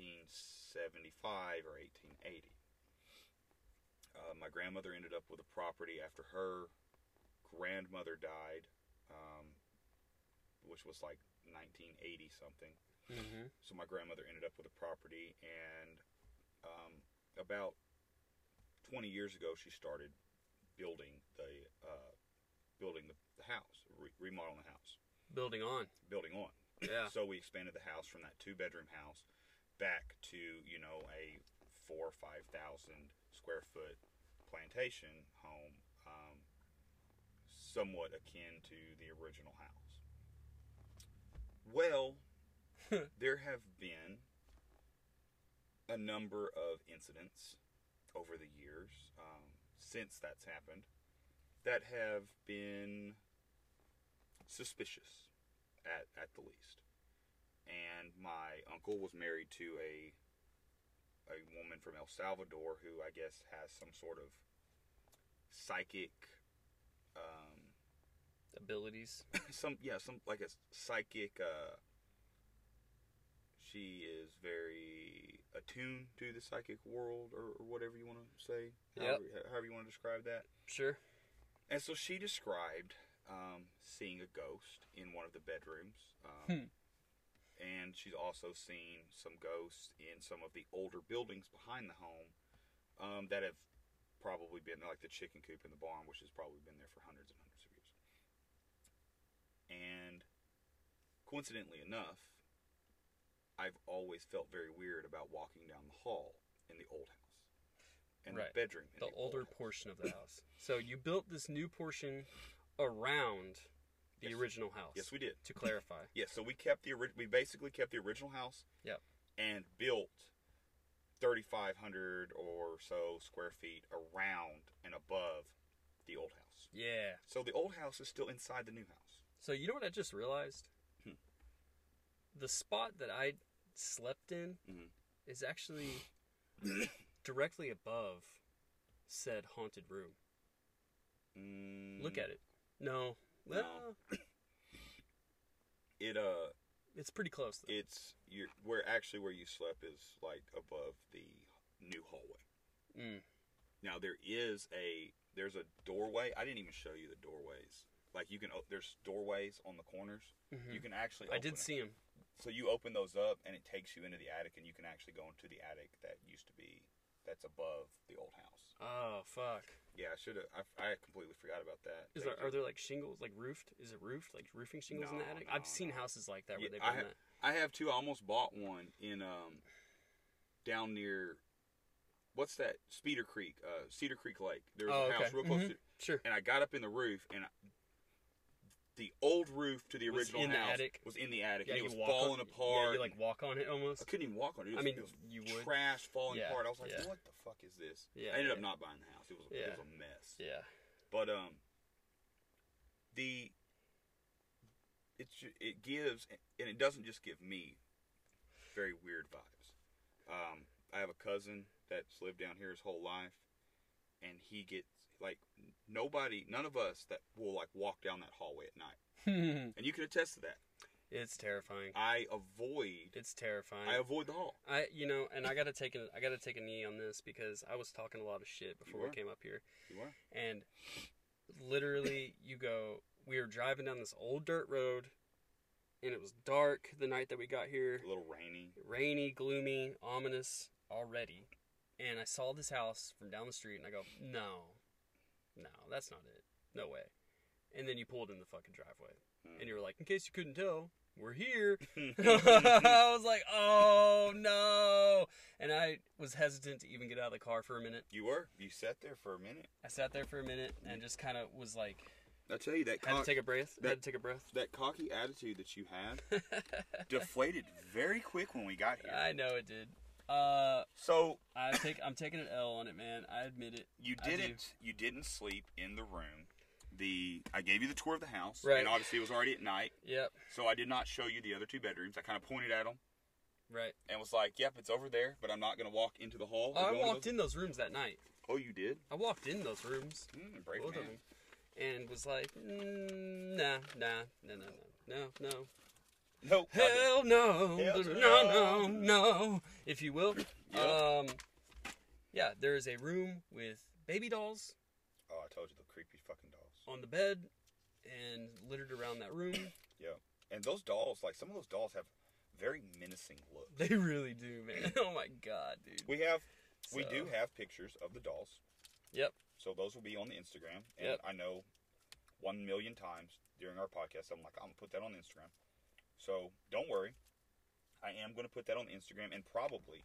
B: 1875 or 1880. Uh, my grandmother ended up with a property after her grandmother died, um, which was like 1980 something
A: hmm
B: so my grandmother ended up with a property and um, about 20 years ago she started building the uh, building the, the house re- remodeling the house
A: Building on.
B: building on
A: Yeah.
B: so we expanded the house from that two bedroom house back to you know a four or five thousand square foot plantation home um, somewhat akin to the original house well there have been a number of incidents over the years um, since that's happened that have been suspicious at, at the least. And my uncle was married to a a woman from El Salvador who I guess has some sort of psychic um
A: Abilities.
B: some yeah, some like a psychic uh she is very attuned to the psychic world or, or whatever you want to say.
A: Yep.
B: However, however you want to describe that.
A: Sure.
B: And so she described um, seeing a ghost in one of the bedrooms.
A: Hmm.
B: Um, and she's also seen some ghosts in some of the older buildings behind the home um, that have probably been like the chicken coop and the barn, which has probably been there for hundreds and hundreds of years. And coincidentally enough, I've always felt very weird about walking down the hall in the old house and the
A: Right.
B: bedroom. In
A: the
B: old
A: older
B: house.
A: portion of the house. So you built this new portion around The original house.
B: Yes, we did.
A: To clarify.
B: Yeah, so we kept the ori- we basically kept the original house
A: yep.
B: and built 3500 or so square feet around and above the old house.
A: Yeah.
B: So the old house is still inside the new house.
A: So you know what I just realized?
B: Hmm.
A: The spot that I slept in
B: Mm-hmm.
A: is actually directly above said haunted room.
B: Mm,
A: Look at it. No.
B: No.
A: Well,
B: it uh
A: it's pretty close though.
B: it's you where actually where you slept is like above the new hallway.
A: Mm.
B: Now there is a there's a doorway. I didn't even show you the doorways. Like you can o- there's doorways on the corners. You can actually
A: Mm-hmm. Hmm. I
B: open
A: did
B: them.
A: see him.
B: So you open those up, and it takes you into the attic, and you can actually go into the attic that used to be that's above the old house.
A: Oh fuck.
B: Yeah, I should have. I, I completely forgot about that.
A: Is there, are there like shingles, like roofed? Is it roofed, like roofing shingles in the
B: No,
A: attic?
B: no,
A: I've seen
B: no.
A: houses like that
B: Yeah,
A: where they've
B: I,
A: done
B: ha-
A: that.
B: I have two. I almost bought one in um down near what's that Speeder Creek, uh, Cedar Creek Lake. There was
A: Oh,
B: a
A: okay.
B: house real close,
A: Mhm.
B: to,
A: Sure.
B: and I got up in the roof and. I, the old roof to the
A: Was
B: original
A: in the
B: house
A: attic?
B: was in the attic,
A: Yeah,
B: and it
A: you
B: was
A: walk
B: falling
A: on,
B: apart.
A: Yeah, you like walk on it
B: I
A: almost.
B: couldn't even walk on it. it was,
A: I mean,
B: it was
A: you would.
B: trash falling
A: Yeah,
B: apart. I was like,
A: yeah.
B: "What the fuck is this?"
A: Yeah,
B: I ended up
A: yeah.
B: not buying the house. It was a, it
A: Yeah.
B: was a mess.
A: Yeah.
B: But um, the it ju- it gives and it doesn't just give me very weird vibes. Um, I have a cousin that's lived down here his whole life, and he gets like nobody, none of us that will like walk down that hallway at night, and you can attest to that.
A: it's terrifying.
B: I avoid
A: It's terrifying.
B: I avoid the hall.
A: I you know, and I gotta take an I gotta take a knee on this because I was talking a lot of shit before
B: were.
A: we came up here,
B: You are.
A: and literally you go. We were driving down this old dirt road, and it was dark the night that we got here.
B: A little rainy.
A: rainy, gloomy, ominous already. And I saw this house from down the street, and I go, no, no, that's not it. No way. And then you pulled in the fucking driveway, and you were like, in case you couldn't tell, we're here. I was like, oh no. And I was hesitant to even get out of the car for a minute.
B: You were. You sat there for a minute.
A: I sat there for a minute and just kind of was like,
B: I tell you that
A: had
B: cock-
A: to take a breath.
B: that-
A: had to take a breath.
B: that cocky attitude that you had deflated very quick when we got here.
A: I know it did. Uh,
B: so
A: I take, I'm taking an L on it, man. I admit it.
B: you
A: I do.
B: didn't. You didn't sleep in the room. The I gave you the tour of the house,
A: Right.
B: and obviously it was already at night,
A: Yep.
B: so I did not show you the other two bedrooms. I kind of pointed at them
A: Right.
B: and was like, "Yep, it's over there," but I'm not going to walk into the hall.
A: I walked in those rooms that night.
B: Oh, you did.
A: I walked in those rooms,
B: Mm, brave
A: both of
B: man.
A: them, and was like, mm, nah, nah, no, no, no, no, no,
B: Nope. I didn't.
A: hell no,
B: Hell
A: no, no,
B: no.
A: no, if you will.
B: Yeah.
A: Um, yeah, there is a room with baby dolls
B: Oh, I told you the creepy fucking dolls.
A: on the bed and littered around that room.
B: Yeah, and those dolls, like some of those dolls, have very menacing looks.
A: they really do, man. Oh my god, dude.
B: We have, we
A: So-
B: do have pictures of the dolls.
A: Yep.
B: So those will be on the Instagram. And
A: Yep.
B: I know one million times during our podcast, I'm like, I'm gonna put that on the Instagram. So don't worry. I am gonna put that on the Instagram and probably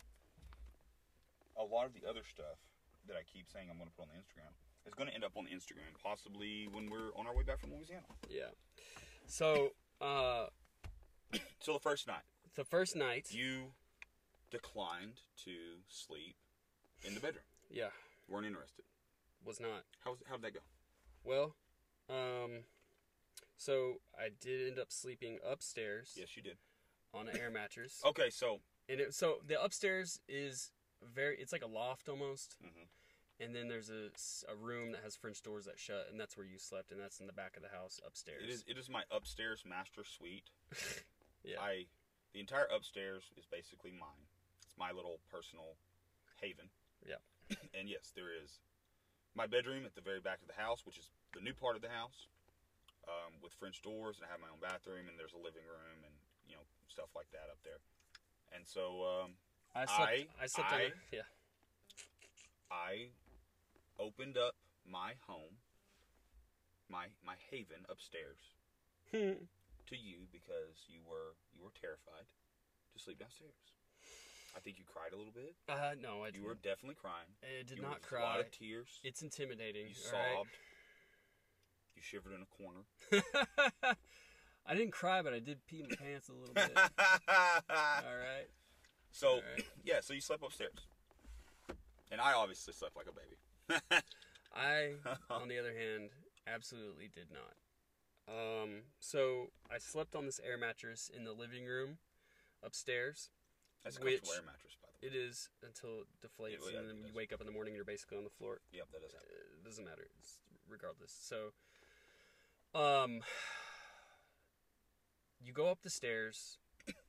B: a lot of the other stuff that I keep saying I'm gonna put on the Instagram is gonna end up on the Instagram, possibly when we're on our way back from Louisiana.
A: Yeah. So, uh,
B: So the first night.
A: the first night.
B: You declined to sleep in the bedroom.
A: yeah,
B: Weren't interested.
A: was not.
B: How how did that go?
A: Well, um, so I did end up sleeping upstairs
B: Yes, Oh. you did.
A: on an air mattress.
B: Okay, so
A: And it, so the upstairs is very, it's like a loft almost.
B: Mhm.
A: And then there's a, s- a room that has French doors that shut, and that's where you slept, and that's in the back of the house upstairs.
B: It is it is my upstairs master suite.
A: Yeah.
B: I the entire upstairs is basically mine. It's my little personal haven.
A: yeah.
B: And yes, there is my bedroom at the very back of the house, which is the new part of the house, um, with French doors, and I have my own bathroom, and there's a living room, and you know stuff like that up there. And so um,
A: I slept.
B: I-
A: I, slept. on
B: I-
A: a, yeah.
B: I opened up my home, my my haven upstairs, to you because you were you were terrified to sleep downstairs. I think you cried a little bit.
A: Uh, no, I
B: You were
A: didn't.
B: definitely crying.
A: I did
B: you
A: not
B: were A lot
A: cry.
B: of tears.
A: It's intimidating.
B: you
A: all right?
B: sobbed. You shivered in a corner.
A: I didn't cry, but I did pee my pants a little bit. All right.
B: So,
A: Alright.
B: yeah, so you slept upstairs. And I obviously slept like a baby.
A: I, on the other hand, absolutely did not. Um, so I slept on this air mattress in the living room upstairs.
B: That's a
A: Which-
B: comfortable air mattress, by the way.
A: It is until it deflates,
B: Yeah,
A: and then
B: it
A: you
B: is.
A: wake up in the morning and you're basically on the floor.
B: Yep, that does happen.
A: It doesn't matter. It's regardless. So, um, you go up the stairs,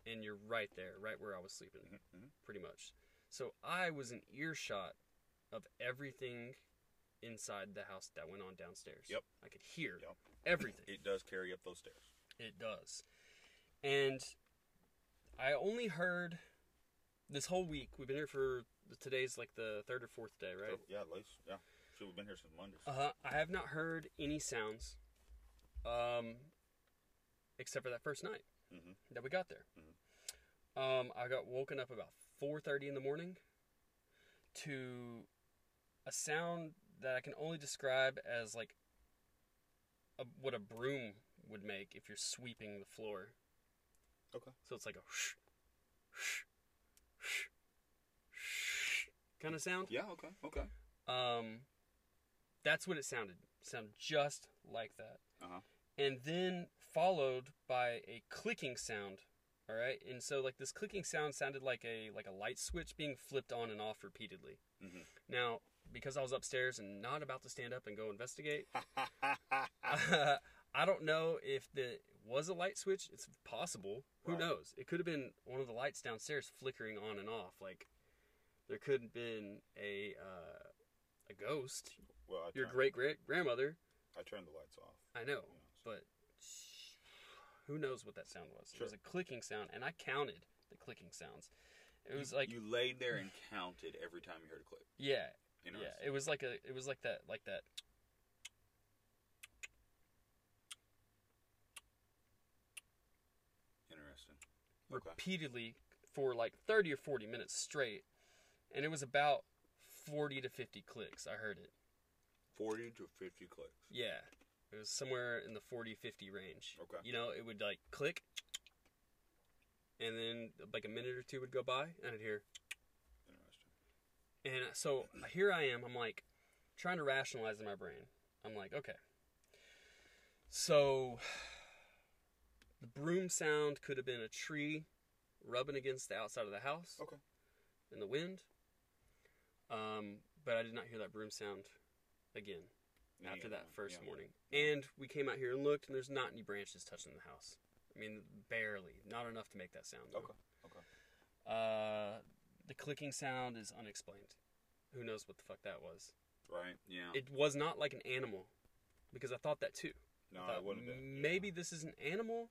A: and you're right there, right where I was sleeping, pretty much. So I was an earshot of everything inside the house that went on downstairs.
B: Yep.
A: I could hear
B: Yep.
A: everything.
B: It does carry up those stairs.
A: It does. And I only heard this whole week. We've been here for today's like the third or fourth day, right?
B: So, yeah, at least. Yeah. So we've been here since Monday.
A: Uh, I have not heard any sounds, um, except for that first night
B: Mhm.
A: that we got there. Um, I got woken up about four thirty in the morning to a sound that I can only describe as like a, what a broom would make if you're sweeping the floor.
B: okay.
A: So it's like a whoosh, whoosh, whoosh, whoosh kind of sound.
B: Yeah, okay, okay.
A: Um, that's what it sounded. Sound just like that.
B: Uh huh.
A: And then followed by a clicking sound. All right, and so like this clicking sound sounded like a like a light switch being flipped on and off repeatedly. Now, because I was upstairs and not about to stand up and go investigate, I don't know if the was a light switch. It's possible. Who
B: Right.
A: knows? It could have been one of the lights downstairs flickering on and off. Like there could have been a uh, a ghost.
B: Well, I
A: Your
B: turned,
A: great great grandmother.
B: I turned the lights off.
A: I know, but who knows what that sound was? It was
B: Sure.
A: a clicking sound, and I counted the clicking sounds. It was like
B: you laid there and counted every time you heard a click.
A: yeah, yeah.
B: Interesting.
A: It was like a it was like that like that.
B: Interesting. Okay.
A: repeatedly for like 30 or 40 minutes straight and it was about 40 to 50 clicks i heard it
B: 40 to 50 clicks.
A: yeah it was somewhere in the 40 50 range
B: Okay.
A: you know it would like click and then like a minute or two would go by and i'd hear
B: Interesting.
A: and so here i am i'm like trying to rationalize in my brain i'm like okay so the broom sound could have been a tree rubbing against the outside of the house
B: Okay.
A: in the wind. Um, but I did not hear that broom sound again
B: Yeah,
A: after that
B: yeah,
A: first
B: yeah.
A: morning. And we came out here and looked, and there's not any branches touching the house. I mean, barely, not enough to make that sound. though.
B: Okay. Okay.
A: Uh, the clicking sound is unexplained. Who knows what the fuck that was?
B: Right. Yeah.
A: It was not like an animal, because I thought that too. I
B: no,
A: thought,
B: Oh, it wouldn't have been.
A: Maybe this is an animal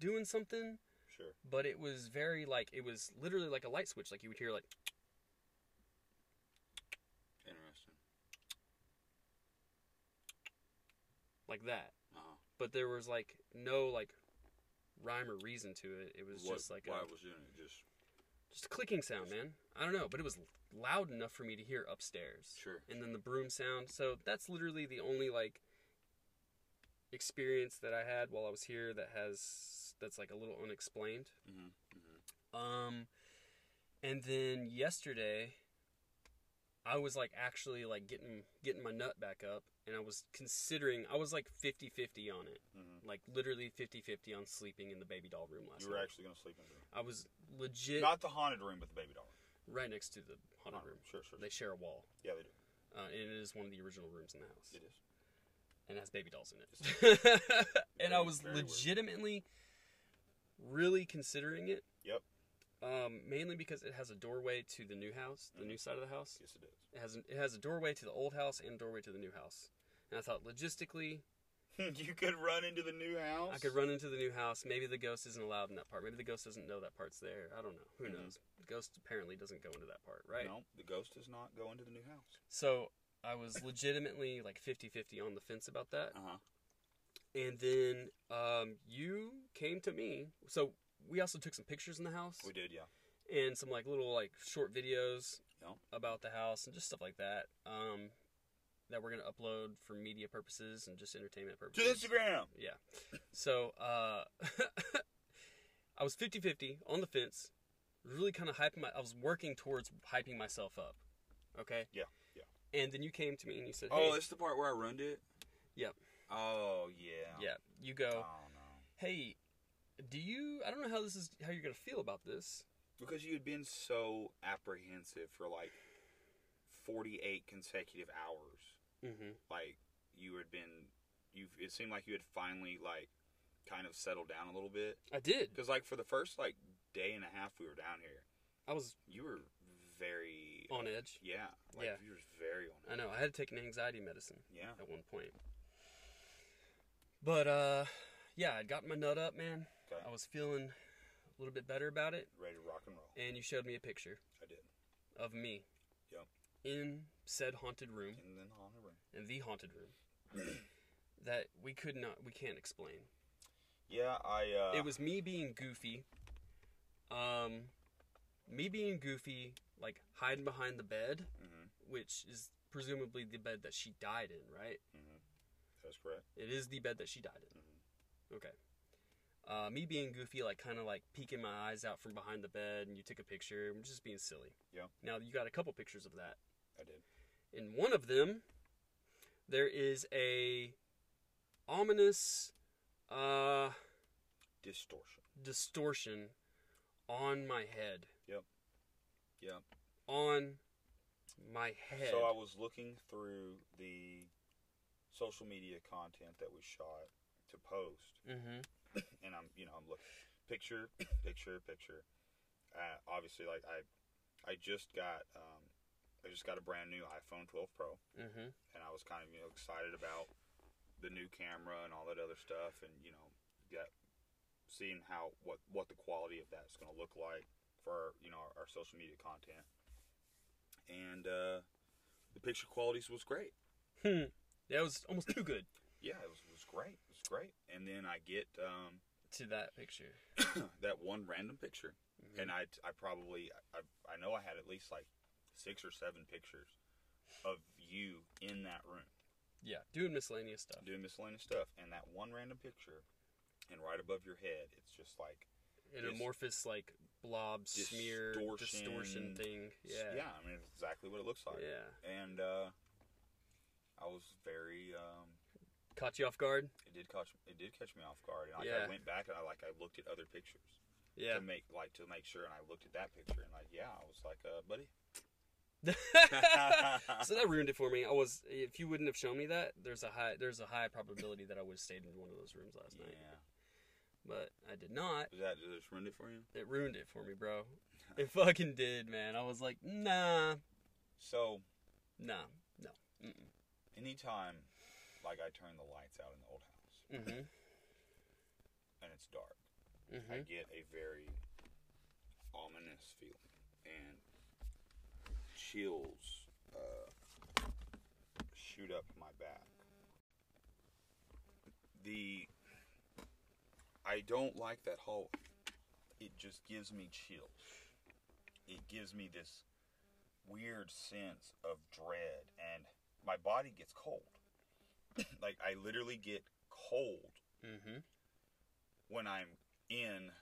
A: doing something
B: Sure.
A: but it was very like it was literally like a light switch like you would hear like
B: Interesting.
A: like that
B: Uh-huh.
A: but there was like no like rhyme or reason to it it was
B: What-
A: just like
B: why
A: a,
B: it was doing it. Just
A: just a clicking sound man i don't know but it was loud enough for me to hear upstairs
B: Sure.
A: and then the broom sound so that's literally the only like experience that i had while i was here that has that's like a little unexplained
B: Mhm,
A: um and then yesterday I was like actually like getting getting my nut back up and I was considering I was like 50-50 on it. Like literally 50-50 on sleeping in the baby doll room last
B: you Mm-hmm. were
A: night.
B: actually going to sleep in the room.
A: I was legit
B: Not the haunted room, but the baby doll. room.
A: right next to the haunted
B: Oh,
A: room.
B: sure, sure,
A: They share a wall.
B: Yeah, they do.
A: Uh, and it is one of the original rooms in the house.
B: It is.
A: And has baby dolls in it. and I
B: Very-
A: was
B: very weird.
A: legitimately really considering it
B: Yep.
A: um, mainly because it has a doorway to the new house,
B: Mm.
A: the new side of the house.
B: Yes, it is.
A: It has it has a doorway to the old house and a doorway to the new house. And I thought logistically,
B: you could run into the new house.
A: I could run into the new house. Maybe the ghost isn't allowed in that part. Maybe the ghost doesn't know that part's there. I don't know.
B: Mm-hmm.
A: Who knows? The ghost apparently doesn't go into that part, right?
B: No, the ghost does not go into the new house.
A: So I was legitimately like 50-50 on the fence about that.
B: Uh huh.
A: And then um, you came to me. So we also took some pictures in the house
B: We did, yeah.
A: and some like little like short videos
B: No.
A: about the house and just stuff like that. Um, that we're gonna upload for media purposes and just entertainment
B: To
A: purposes.
B: Instagram.
A: Yeah. So uh, I was 50 50 on the fence, really kind of hyping my. I was working towards hyping myself up. Okay.
B: Yeah. Yeah.
A: And then you came to me and you said, "Hey,
B: Oh, it's the part where I ruined it.
A: yep,
B: Oh yeah.
A: yeah." You go,
B: Oh no.
A: "Hey, do you? I don't know how this is. How you're gonna feel about this?
B: Because you had been so apprehensive for like 48 consecutive hours.
A: Mm-hmm.
B: Like you had been you it seemed like you had finally like kind of settled down a little bit
A: I did.
B: cuz like for the first like day and a half we were down here,
A: I was
B: you were very
A: on edge.
B: yeah, like
A: Yeah.
B: you were very on it.
A: I know. I had to take an anxiety medicine.
B: Yeah.
A: At one point. But uh, yeah, I'd gotten my nut up, man.
B: Okay.
A: I was feeling a little bit better about it,
B: Ready to rock and roll.
A: and you showed me a picture
B: I did.
A: of me
B: Yep.
A: in said haunted room,
B: And then on the ring.
A: in the haunted room, that we could not, we can't explain.
B: Yeah, I uh
A: It was me being goofy, um, me being goofy, like hiding behind the bed,
B: Mhm.
A: which is presumably the bed that she died in, right?
B: Mm-hmm. That's correct.
A: It is the bed that she died in.
B: Mm-hmm.
A: Okay. Uh, me being goofy, like kind of like peeking my eyes out from behind the bed, and you took a picture. I'm just being silly.
B: Yeah,
A: Now you got a couple pictures of that.
B: I did.
A: In one of them, there is a ominous uh,
B: Distortion.
A: distortion on my head,
B: Yep. Yep.
A: on my head.
B: So I was looking through the social media content that we shot to post,
A: mm-hmm.
B: and I'm you know I'm looking picture, picture, picture. Uh, obviously, like I, I just got um, I just got a brand new iPhone 12 Pro,
A: Mm-hmm.
B: and I was kind of you know excited about the new camera and all that other stuff, and you know got seeing how what what the quality of that's going to look like for you know our, our social media content, and uh, the picture qualities was great.
A: Hmm. That was almost too good
B: Yeah, it was, it was great. It was great. And then I get um,
A: to that picture. Mm-hmm.
B: that one random picture, and I, I probably I, I know I had at least like six or seven pictures of you in that room
A: Yeah, doing miscellaneous stuff.
B: doing miscellaneous stuff, and that one random picture, and right above your head, it's just like
A: an
B: Dis-
A: amorphous like blob smear distortion
B: Distortion.
A: thing. Yeah.
B: yeah. I mean, it's exactly what it looks like.
A: Yeah.
B: And uh, I was very um,
A: Caught you off guard?
B: it did catch it did catch me off guard, and like,
A: Yeah.
B: I went back and I like I looked at other pictures.
A: Yeah.
B: to make like to make sure and I looked at that picture and like yeah I was like uh buddy
A: So that ruined it for me. I was if you wouldn't have shown me that, there's a high there's a high probability that I would have stayed in one of those rooms last night.
B: yeah
A: But I did not.
B: did that did this ruin it for you
A: It ruined it for me, bro. It fucking did, man. I was like, nah,
B: so
A: nah, no.
B: anytime like I turn the lights out in the old house
A: Mm-hmm.
B: and it's dark I
A: Mm-hmm.
B: get a very ominous feeling and chills uh shoot up my back the I don't like that hallway. It just gives me chills. It gives me this weird sense of dread, and my body gets cold. like, I literally get cold
A: Mhm.
B: when I'm in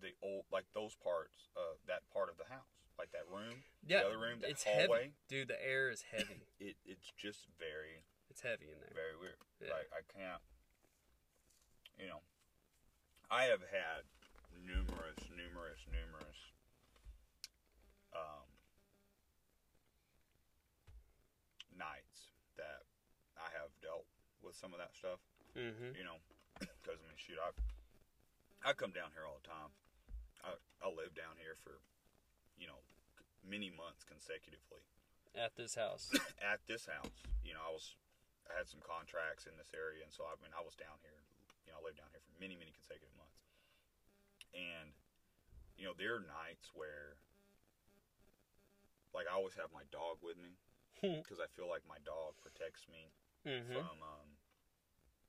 B: the old, like, those parts, uh, that part of the house. Like, that room,
A: Yeah.
B: the other room, that
A: it's
B: hallway.
A: heavy. Dude, the air is heavy.
B: It, it's just very
A: it's heavy in there.
B: very weird.
A: Yeah.
B: Like I can't. You know, I have had numerous, numerous, numerous. Um, nights that I have dealt with some of that stuff.
A: Mm-hmm.
B: You know, because I mean, shoot, I I come down here all the time. I I live down here for, you know, many months consecutively
A: At this house.
B: at this house. You know, I was I had some contracts in this area, and so I mean, I was down here. You know, I lived down here for many, many consecutive months. And you know, there are nights where, like, I always have my dog with me because I feel like my dog protects me
A: mm-hmm.
B: from um,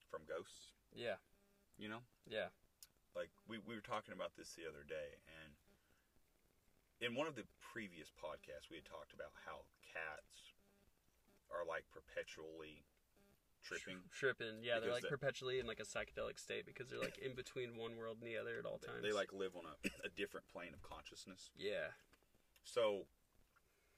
B: from ghosts.
A: Yeah.
B: You know,
A: Yeah.
B: like we, we were talking about this the other day and in one of the previous podcasts we had talked about how cats are like perpetually tripping.
A: tripping. Yeah, they're like
B: Because the-
A: perpetually in like a psychedelic state because they're like in between one world and the other at all times.
B: They like live on a, a different plane of consciousness.
A: yeah,
B: So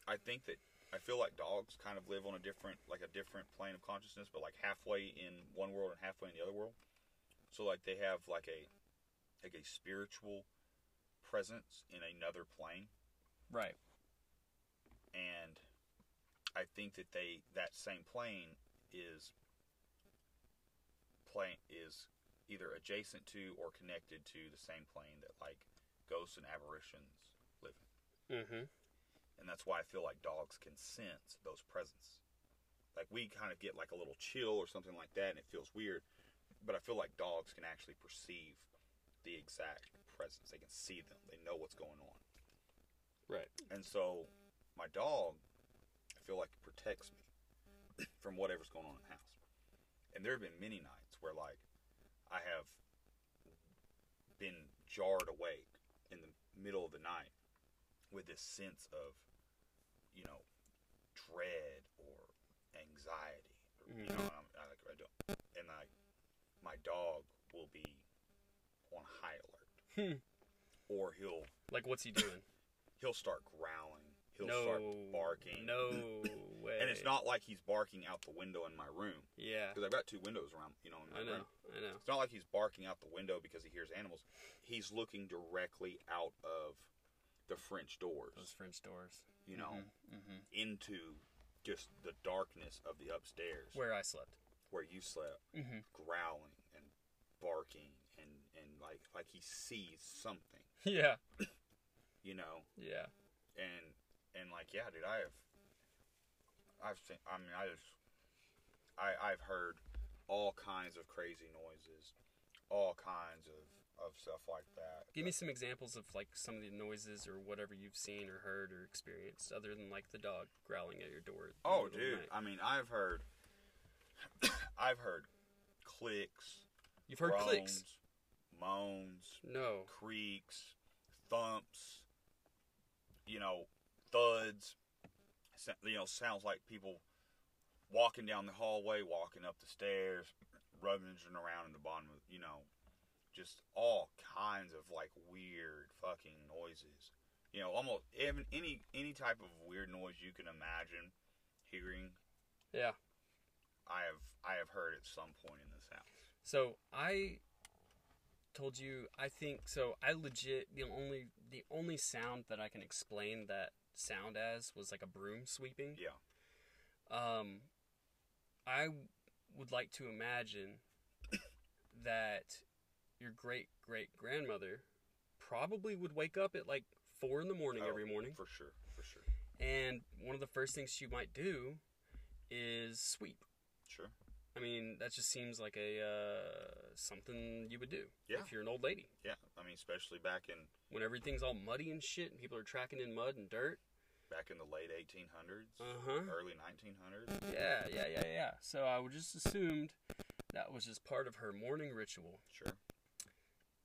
B: I think that I feel like dogs kind of live on a different like a different plane of consciousness, but like halfway in one world and halfway in the other world. So like they have like a like a spiritual presence in another plane
A: right.
B: and I think that they that same plane is plane is either adjacent to or connected to the same plane that like ghosts and apparitions live in.
A: Mm-hmm.
B: and that's why I feel like dogs can sense those presence. Like we kind of get like a little chill or something like that, and it feels weird. But I feel like dogs can actually perceive the exact presence. They can see them. They know what's going on.
A: Right.
B: And so, my dog, I feel like protects me from whatever's going on in the house. And there have been many nights where like I have been jarred awake in the middle of the night with this sense of, you know, dread or anxiety. Or, You know, and I'm, I, like, I don't, and like my dog will be on high alert, or he'll
A: Like, what's he doing?
B: he'll start growling. He'll
A: no
B: start barking.
A: No way.
B: And it's not like he's barking out the window in my room
A: Yeah,
B: because I've got two windows around, you know, in my
A: I know.
B: room.
A: I know.
B: It's not like he's barking out the window because he hears animals. He's looking directly out of the French
A: Those mm-hmm.
B: doors,
A: French doors.
B: you know, Mm-hmm. into just the darkness of the upstairs
A: Where I slept.
B: where you slept, growling and barking and and like like he sees something,
A: Yeah.
B: you know.
A: Yeah.
B: and and like yeah dude i have i've seen i mean i just i i've heard all kinds of crazy noises all kinds of of stuff like that
A: Give me some examples of like some of the noises or whatever you've seen or heard or experienced, other than like the dog growling at your door. at the
B: oh
A: middle of the
B: dude
A: night.
B: i mean i've heard i've heard clicks
A: you've heard clicks.
B: groans, moans
A: No.
B: creaks thumps you know thuds so- you know sounds like people walking down the hallway, walking up the stairs, rummaging around in the bottom of, you know, just all kinds of like weird fucking noises. You know, almost even any any type of weird noise you can imagine hearing,
A: Yeah.
B: I have I have heard at some point in this house.
A: So I told you I think so I legit the only the only sound that I can explain that sound as was like a broom sweeping.
B: Yeah.
A: Um, I would like to imagine that your great great grandmother probably would wake up at like four in the morning every
B: Oh,
A: morning.
B: For sure, for sure.
A: And one of the first things she might do is sweep.
B: Sure.
A: I mean, that just seems like a uh, something you would do
B: Yeah.
A: if you're an old lady.
B: Yeah. I mean especially back in
A: when everything's all muddy and shit and people are tracking in mud and dirt.
B: back in the late eighteen hundreds,
A: Uh-huh.
B: early nineteen hundreds.
A: Yeah, yeah, yeah, yeah. So I would just assumed that was just part of her morning ritual.
B: Sure.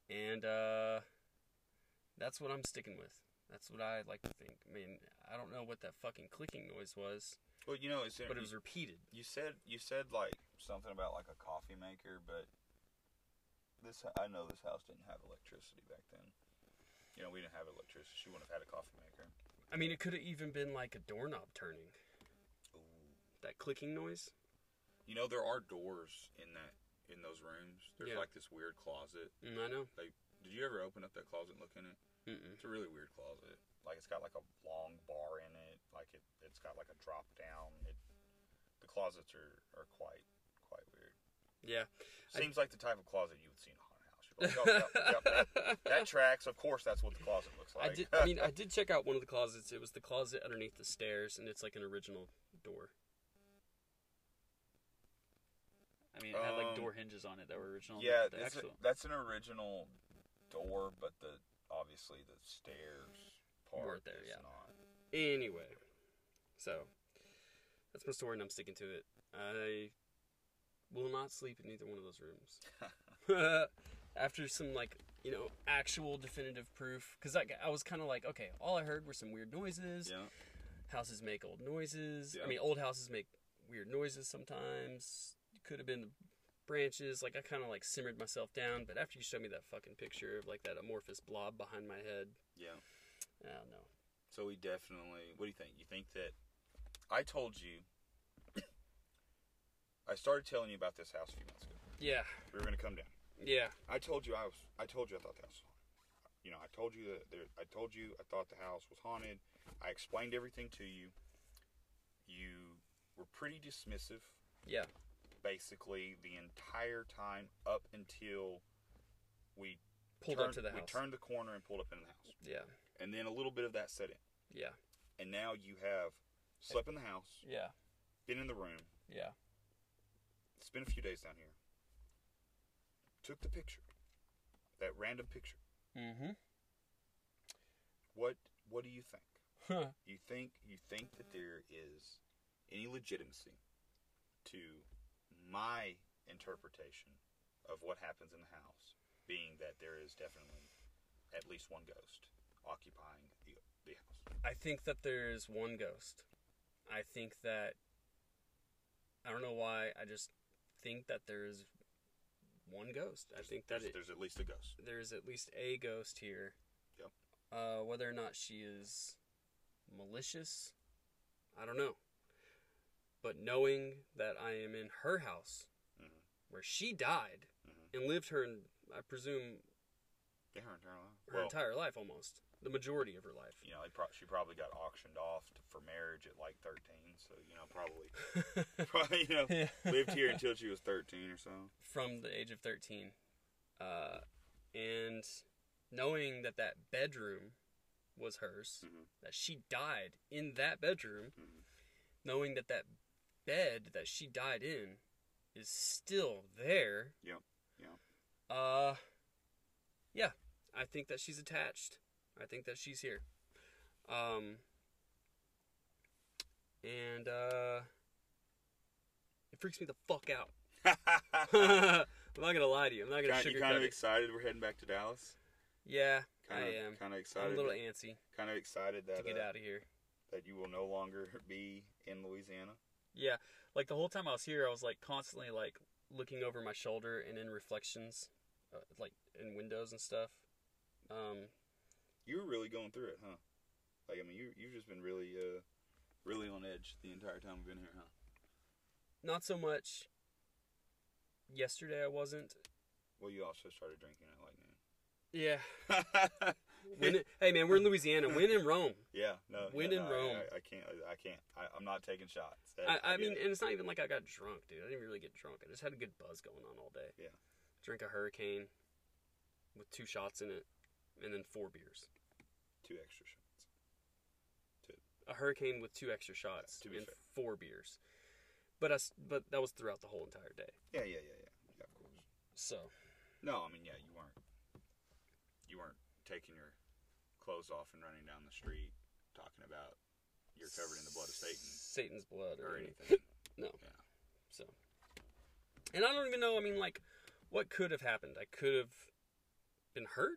A: And uh that's what I'm sticking with. That's what I like to think. I mean, I don't know what that fucking clicking noise was,
B: Well, you know, it's
A: but it was repeated.
B: You said you said like something about like a coffee maker, but this I know this house didn't have electricity back then. You know, we didn't have electricity. She wouldn't have had a coffee maker.
A: I mean, it could have even been like a doorknob turning. That clicking noise?
B: You know, there are doors in that in those rooms. There's
A: Yeah.
B: like this weird closet.
A: Mm, I know.
B: Like, did you ever open up that closet and look in it?
A: Mm-mm.
B: It's a really weird closet. Like, it's got like a long bar in it. Like, it it's got like a drop down. It the closets are are quite quite weird.
A: Yeah.
B: Seems like the type of closet you would see in a haunted house. You'd be like, oh, yep, yep, that, that tracks. Of course, that's what the closet looks like.
A: I did. I mean, I did check out one of the closets. It was the closet underneath the stairs, and it's like an original door.
C: I mean, it had like
B: Um,
C: door hinges on it that were original.
B: yeah,
C: the
B: it's a-
C: actual.
B: that's an original door, but the obviously the stairs part
A: Weren't there,
B: is
A: yeah.
B: not.
A: Anyway, so that's my story, and I'm sticking to it. I will not sleep in either one of those rooms. After some like you know actual definitive proof, because I, I was kind of like, okay, all I heard were some weird noises.
B: Yeah,
A: Houses make old noises.
B: Yeah.
A: I mean, old houses make weird noises sometimes. Could have been the branches. Like I kind of like simmered myself down, but after you showed me that fucking picture of like that amorphous blob behind my head,
B: Yeah.
A: I don't know.
B: So we definitely. What do you think? You think that I told you? I started telling you about this house a few months ago.
A: Yeah,
B: We were gonna come down.
A: yeah,
B: I told you I was. I told you I thought the house was haunted. You know, I told you that there. I told you I thought the house was haunted. I explained everything to you. You were pretty dismissive,
A: yeah,
B: basically the entire time up until we
A: Pulled
B: turned,
A: up to the
B: We
A: house.
B: turned the corner and pulled up into the house,
A: yeah,
B: and then a little bit of that set in.
A: yeah,
B: And now you have slept in the house,
A: yeah,
B: been in the room,
A: yeah,
B: spent a few days down here, took the picture, that random picture.
A: mm-hmm.
B: What what do you think?
A: Huh.
B: You think you think that there is any legitimacy to my interpretation of what happens in the house being that there is definitely at least one ghost occupying the, the house.
A: I think that there's one ghost. I think that I don't know why. I just think that there is one ghost. I think that
B: There's,
A: it,
B: there's at least a ghost.
A: there's at least a ghost here.
B: Yep.
A: Uh, whether or not she is malicious, I don't know. But knowing that I am in her house,
B: Mhm.
A: where she died
B: Mhm.
A: and lived her, I presume,
B: Yeah, her entire life.
A: her
B: Well,
A: entire life almost, the majority of her life.
B: you know, they pro- she probably got auctioned off to, for marriage at like 13, so you know, probably, probably you know, lived here until she was 13 or so.
A: from the age of 13 uh, and knowing that that bedroom was hers
B: Mhm.
A: that she died in that bedroom knowing that that bed that she died in is still there
B: Yep, yep.
A: uh yeah i think that she's attached i think that she's here um and uh it freaks me the fuck out Mm-hmm. I'm not gonna lie to you. I'm not gonna
B: Kind, you
A: sugarcoat
B: kind of
A: it.
B: excited we're heading back to Dallas?
A: Yeah,
B: Kind
A: I
B: of,
A: am. I'm
B: Kind of
A: a
B: excited.
A: little antsy
B: kind of excited
A: to
B: that
A: get
B: uh,
A: out of here.
B: that you will no longer be in Louisiana.
A: Yeah, like the whole time I was here, I was like constantly like looking over my shoulder and in reflections, uh, like in windows and stuff. Um,
B: You were really going through it, huh? Like I mean, you you've just been really uh really on edge the entire time we've been here, huh?
A: not so much. Yesterday I wasn't.
B: Well, you also started drinking at like noon.
A: Yeah. when hey man, we're in Louisiana. When in Rome.
B: Yeah, no.
A: When
B: yeah,
A: in
B: no,
A: Rome.
B: I, I, I can't. I can't. I, I'm not taking shots.
A: I, I mean,
B: Yeah.
A: and it's not even like I got drunk, dude. I didn't really get drunk. I just had a good buzz going on all day.
B: Yeah.
A: Drink a hurricane with two shots in it, and then four beers.
B: two extra shots.
A: a hurricane with two extra shots
B: To be
A: and
B: fair.
A: four beers. But us, but that was throughout the whole entire day.
B: Yeah, yeah, yeah, yeah. Yeah, of course.
A: So
B: No, I mean, yeah, you weren't. You weren't taking your clothes off and running down the street talking about you're covered in the blood of Satan
A: Satan's blood or,
B: or
A: anything.
B: anything.
A: No.
B: Yeah.
A: So, and I don't even know. I mean, like, what could have happened? I could have been hurt.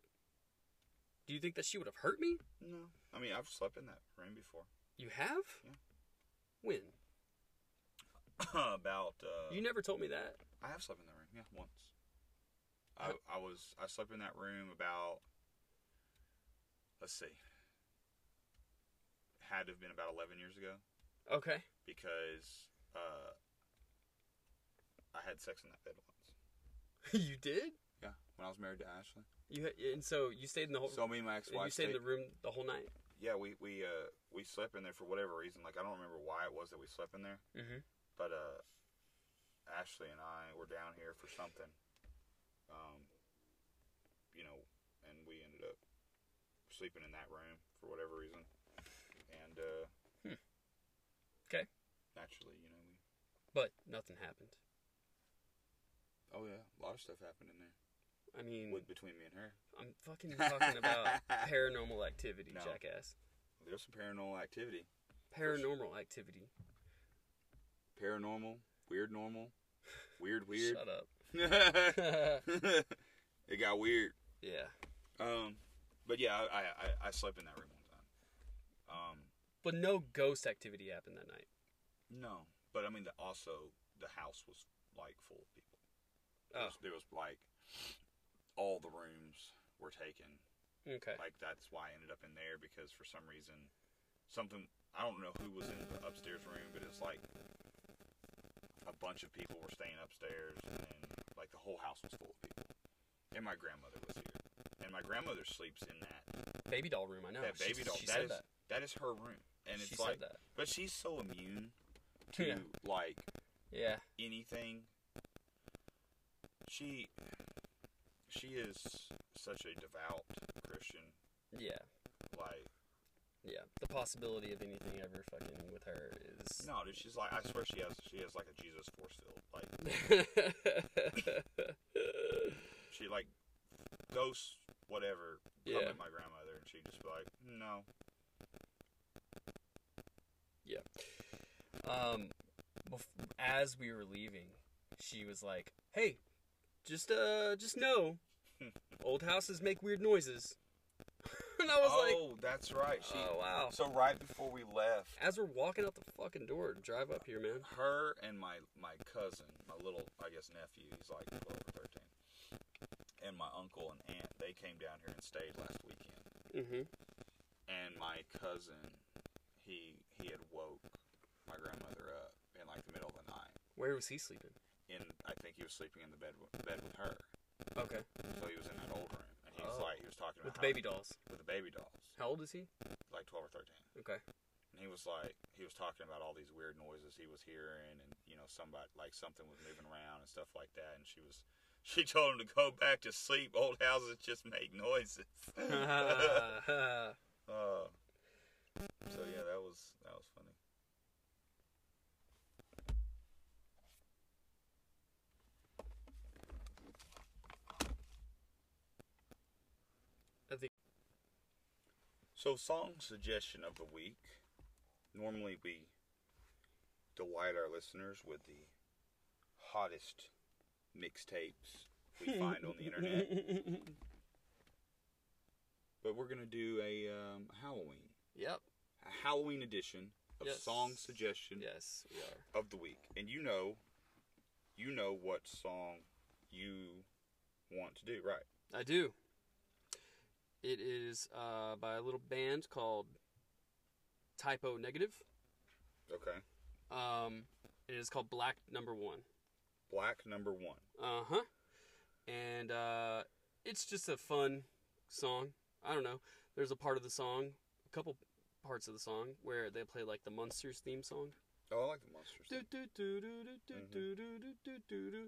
A: Do you think that she would have hurt me?
B: No. I mean, I've slept in that room before.
A: You have?
B: Yeah.
A: When?
B: about uh,
A: You never told me that.
B: I have slept in that room. Yeah, once. I I was I slept in that room about. Let's see. Had to have been about eleven years ago
A: Okay.
B: because uh, I had sex in that bed once.
A: you did.
B: Yeah, when I was married to Ashley.
A: You had, and so you stayed in the whole.
B: So me and my ex-wife.
A: Oh, you stayed in the
B: stayed-
A: room the whole night.
B: Yeah, we we uh we slept in there for whatever reason. Like I don't remember why it was that we slept in there,
A: Mm-hmm.
B: but uh, Ashley and I were down here for something. Um, you know, and we ended up sleeping in that room for whatever reason, and uh,
A: Okay.
B: naturally, you know, we.
A: But nothing happened.
B: Oh yeah, a lot of stuff happened in there
A: I mean,
B: with between me and her.
A: I'm fucking Hmm. talking about paranormal activity,
B: No.
A: jackass.
B: There's some paranormal activity,
A: Paranormal activity.
B: paranormal, weird, normal, weird, weird.
A: Shut up.
B: it got weird.
A: Yeah.
B: Um, but yeah, I, I I- I slept in that room one time. Um,
A: But no ghost activity happened that night.
B: no, But I mean, the, also the house was like full of people. There, was, there was like all the rooms were taken.
A: Okay.
B: Like that's why I ended up in there because for some reason, something I don't know who was in the upstairs room, but it's like a bunch of people were staying upstairs, and like the whole house was full of people. And my grandmother was here, and my grandmother sleeps in that
A: baby doll room. I know.
B: that
A: She-
B: baby doll.
A: She said
B: That is
A: that.
B: that is her room, and it's
A: She said
B: like,
A: that.
B: but she's so immune to
A: Yeah.
B: like
A: Yeah.
B: anything. She she is such a devout Christian.
A: Yeah.
B: Like
A: Yeah. The possibility of anything ever fucking with her is
B: no, dude, she's like I swear she has she has like a Jesus force field. Like she like ghosts whatever come
A: Yeah.
B: at my grandmother, and she just be like no.
A: Yeah. Um, bef- as we were leaving, she was like, "Hey, just uh, just know, old houses make weird noises." and I was like,
B: Oh, that's right. She.
A: "Oh wow!"
B: So right before we left,
A: As we're walking out the fucking door to drive up here, man.
B: her and my my cousin, my little I guess nephew, he's like twelve or thirteen, and my uncle and aunt, they came down here and stayed last weekend.
A: Mm-hmm.
B: And my cousin, he he had woke my grandmother up in like the middle of the night,
A: Where was he sleeping?
B: and I think he was sleeping in the bed with- bed with her,
A: Okay,
B: so he was in that old room, and he was
A: Oh.
B: like he was talking
A: with
B: about
A: the
B: how-
A: baby dolls.
B: with the baby dolls,
A: How old is he?
B: like twelve or thirteen.
A: Okay.
B: And he was like, he was talking about all these weird noises he was hearing, and you know, somebody like something was moving around and stuff like that. And she was, she told him to go back to sleep. Old houses just make noises.
A: yeah,
B: Uh, so yeah, that was that was funny.
A: I think-
B: So, song suggestion of the week. Normally, we delight our listeners with the hottest mixtapes we find on the internet. But we're gonna do a um, Halloween,
A: Yep.
B: a Halloween edition of
A: Yes.
B: song suggestion
A: Yes, we are.
B: of the week, and you know, you know what song you want to do, right?
A: I do. It is uh, by a little band called Typo Negative.
B: Okay.
A: Um, it is called Black Number One.
B: Black number one.
A: Uh huh. And uh, it's just a fun song. I don't know. There's a part of the song, a couple parts of the song where they play like the Munsters theme song.
B: Oh, I like the monsters.
A: Do do do
B: Mm-hmm.
A: do do do do do do do do do.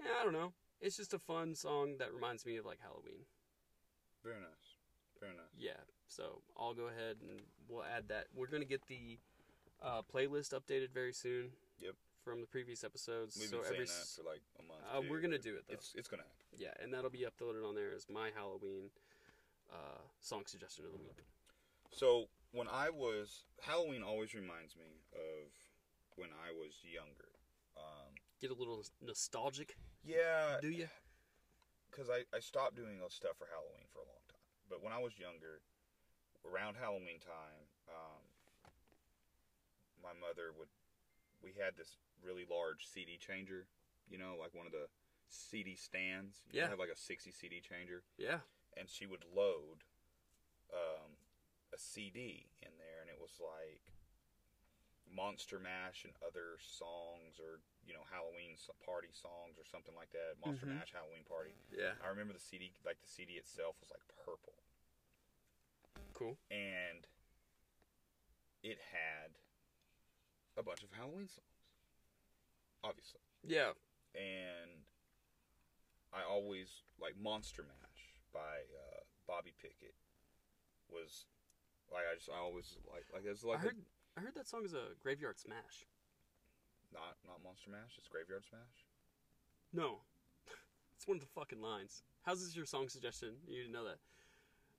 A: Yeah, I don't know. It's just a fun song that reminds me of like Halloween.
B: Very nice. Very nice.
A: Yeah, so I'll go ahead and we'll add that. We're gonna get the uh, playlist updated very soon
B: Yep.
A: from the previous episodes.
B: We've
A: so
B: been saying
A: every
B: that
A: s-
B: for like a month.
A: Uh,
B: two.
A: we're gonna do it, though.
B: It's it's gonna happen.
A: yeah, and that'll be uploaded on there as my Halloween uh, song suggestion of the week.
B: So when I was Halloween always reminds me of when I was younger. Um,
A: Get a little nostalgic,
B: yeah,
A: do you?
B: because I, I stopped doing those stuff for Halloween for a long time. But when I was younger, around Halloween time, um, my mother would. We had this really large CD changer, you know, like one of the CD stands. You
A: Yeah.
B: Have like a 60 CD changer,
A: Yeah.
B: and she would load um, a CD in there, and it was like Monster Mash and other songs, or you know, Halloween s- party songs, or something like that. Monster Mash Halloween party.
A: Yeah.
B: I remember the CD, like the CD itself was like purple.
A: Cool.
B: And it had a bunch of Halloween songs, obviously.
A: Yeah.
B: And I always, like Monster Mash by uh, Bobby Pickett was, like, I just, I always, like, like, it's
A: I
B: like, a-
A: heard. I heard that song is a graveyard smash.
B: not, not Monster Mash, it's Graveyard Smash.
A: No. It's one of the fucking lines. How's this your song suggestion? You didn't know that.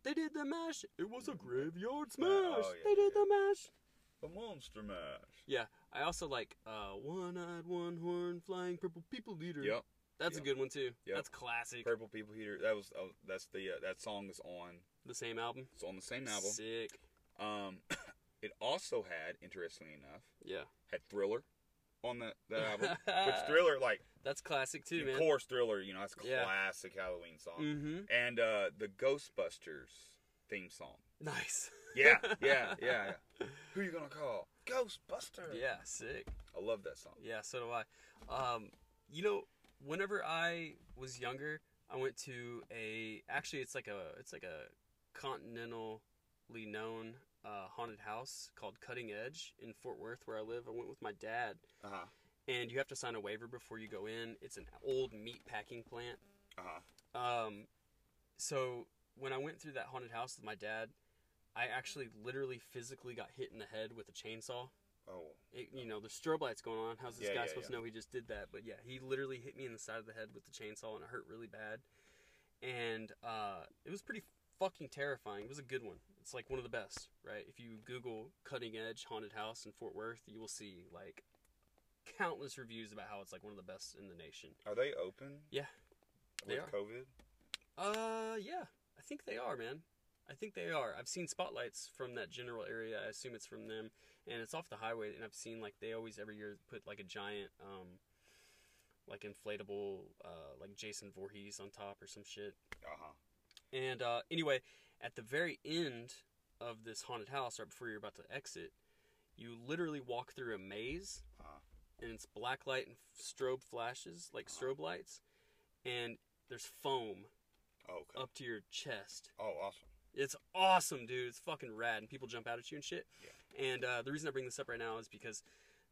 A: They did the mash. It was a graveyard smash.
B: Oh, yeah,
A: they did
B: yeah.
A: the mash.
B: The Monster Mash.
A: Yeah. I also like uh, One Eyed, One Horn, Flying Purple People Leader.
B: Yep.
A: That's
B: yep.
A: a good one, too.
B: Yep.
A: That's classic.
B: Purple People Heater. That was, oh, that's the, uh, that song is on,
A: The same album.
B: it's on the same album.
A: Sick.
B: Um, it also had, interestingly enough,
A: Yeah.
B: had Thriller, on the, that album. Which Thriller, like,
A: That's classic too,
B: of
A: man.
B: course, Thriller, you know, that's a
A: Yeah.
B: classic Halloween song.
A: Mhm.
B: And uh, the Ghostbusters theme song.
A: Nice.
B: Yeah, yeah, yeah, yeah. Who you gonna call? Ghostbuster.
A: Yeah, sick.
B: I love that song.
A: Yeah, so do I. Um, you know, whenever I was younger, I went to a actually it's like a it's like a continentally known uh, haunted house called Cutting Edge in Fort Worth where I live. I went with my dad,
B: Uh huh.
A: and you have to sign a waiver before you go in. It's an old meat packing plant.
B: Uh huh.
A: Um, so when I went through that haunted house with my dad, I actually literally physically got hit in the head with a chainsaw
B: Oh.
A: it, you know, there's strobe lights going on. How's this
B: Yeah,
A: guy
B: yeah,
A: supposed
B: yeah.
A: to know he just did that? But yeah, he literally hit me in the side of the head with the chainsaw, and it hurt really bad. And uh, it was pretty fucking terrifying. It was a good one. It's like one of the best, right? If you Google cutting edge haunted house in Fort Worth, you will see like countless reviews about how it's like one of the best in the nation.
B: Are they open
A: Yeah. They
B: with
A: are.
B: COVID?
A: Uh, yeah, I think they are, man. I think they are. I've seen spotlights from that general area. I assume it's from them, and it's off the highway. And I've seen like they always every year put like a giant, um, like inflatable, uh, like Jason Voorhees on top or some shit.
B: Uh huh.
A: And uh, anyway, at the very end of this haunted house, right before you're about to exit, you literally walk through a maze,
B: Uh-huh.
A: and it's black light and strobe flashes, like strobe lights, and there's foam
B: Oh, okay.
A: up to your chest.
B: oh, awesome.
A: It's awesome, dude. It's fucking rad, and people jump out at you and shit. And uh, the reason I bring this up right now is because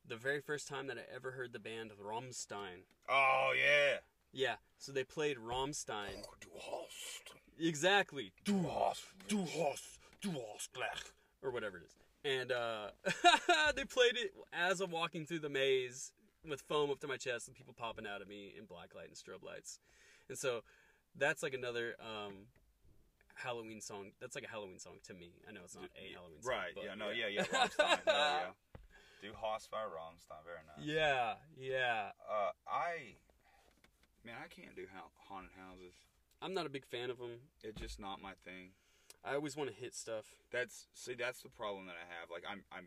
A: the very first time that I ever heard the band Rammstein,
B: Oh yeah. Oh,
A: yeah, so they played Rammstein.
B: Du hast,
A: Exactly,
B: du hast, du hast.
A: du hast Blech, or whatever it is. And uh, they played it as I'm walking through the maze with foam up to my chest and people popping out at me in black light and strobe lights. And so that's like another um, Halloween song. That's like a Halloween song to me. I know it's not a Halloween song.
B: Right.
A: but
B: yeah. No. Yeah. Yeah. Rammstein. yeah, yeah. Du hast by Rammstein. Very nice.
A: Yeah, yeah.
B: Uh, I, man, I can't do ha- haunted houses.
A: I'm not a big fan of them.
B: It's just not my thing.
A: I always want to hit stuff.
B: That's see, that's the problem that I have. Like I'm I'm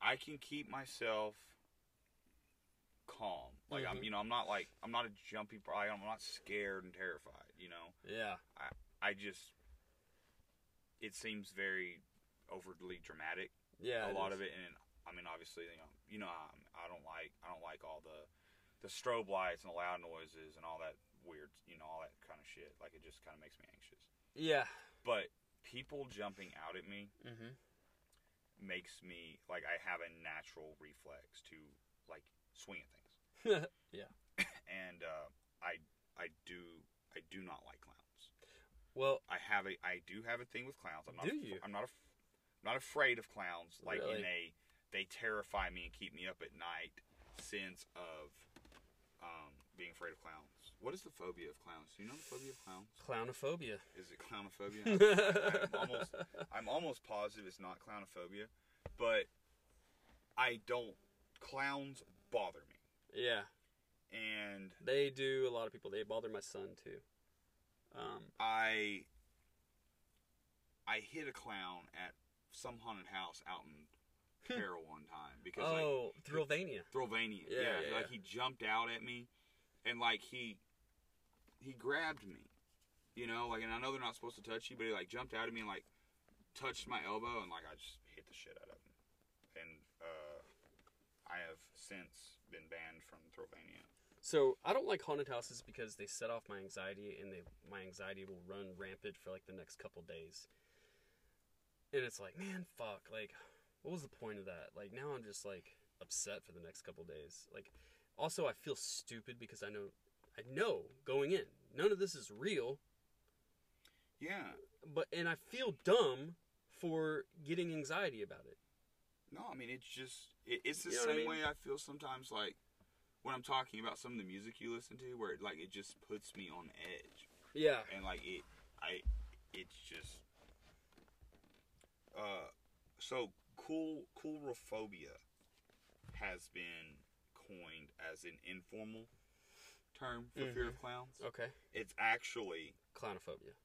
B: I can keep myself calm. Like I'm
A: Mhm.
B: you know, I'm not like I'm not a jumpy pro- I'm not scared and terrified, you know.
A: Yeah,
B: I I just it seems very overly dramatic
A: yeah.
B: a lot of it and I mean obviously you know you know I'm, I don't like I don't like all the the strobe lights and the loud noises and all that weird, you know, all that kind of shit. Like it just kind of makes me anxious.
A: Yeah.
B: But people jumping out at me
A: Mm-hmm.
B: makes me like I have a natural reflex to like swing at things,
A: yeah.
B: and uh, I I do I do not like clowns.
A: Well,
B: I have a I do have a thing with clowns. I'm not
A: Do you?
B: I'm not af I'm not afraid of clowns. Like
A: Really?
B: in a they terrify me and keep me up at night. Sense of um, being afraid of clowns. What is the phobia of clowns? Do you know the phobia of clowns?
A: clownophobia.
B: Is it clownophobia? I, am almost, I'm almost positive it's not clownophobia, but I don't. Clowns bother me,
A: Yeah,
B: and
A: they do a lot of people. They bother my son too. Um,
B: I I hit a clown at some haunted house out in Carroll one time because like
A: oh, Thrillvania.
B: Thrylvania,
A: Yeah,
B: yeah,
A: yeah,
B: like
A: yeah.
B: he jumped out at me, and like he he grabbed me, you know, like and I know they're not supposed to touch you, but he like jumped out at me and like touched my elbow and like I just hit the shit out of him, and uh, I have since been banned from Thrylvania.
A: So I don't like haunted houses because they set off my anxiety, and they my anxiety will run rampant for like the next couple days. And it's like, man, fuck. Like, what was the point of that? Like now I'm just like upset for the next couple days. Like, also I feel stupid because I know, I know going in none of this is real,
B: Yeah,
A: but and I feel dumb for getting anxiety about it.
B: No, I mean it's just it, it's the
A: You know what I
B: same
A: mean?
B: way I feel sometimes like when I'm talking about some of the music you listen to, where it, like it just puts me on edge,
A: Yeah.
B: and like it, I, it's just, uh, so cool coolrophobia has been coined as an informal term for fear
A: Mm-hmm.
B: of clowns.
A: Okay.
B: It's actually
A: Clownophobia.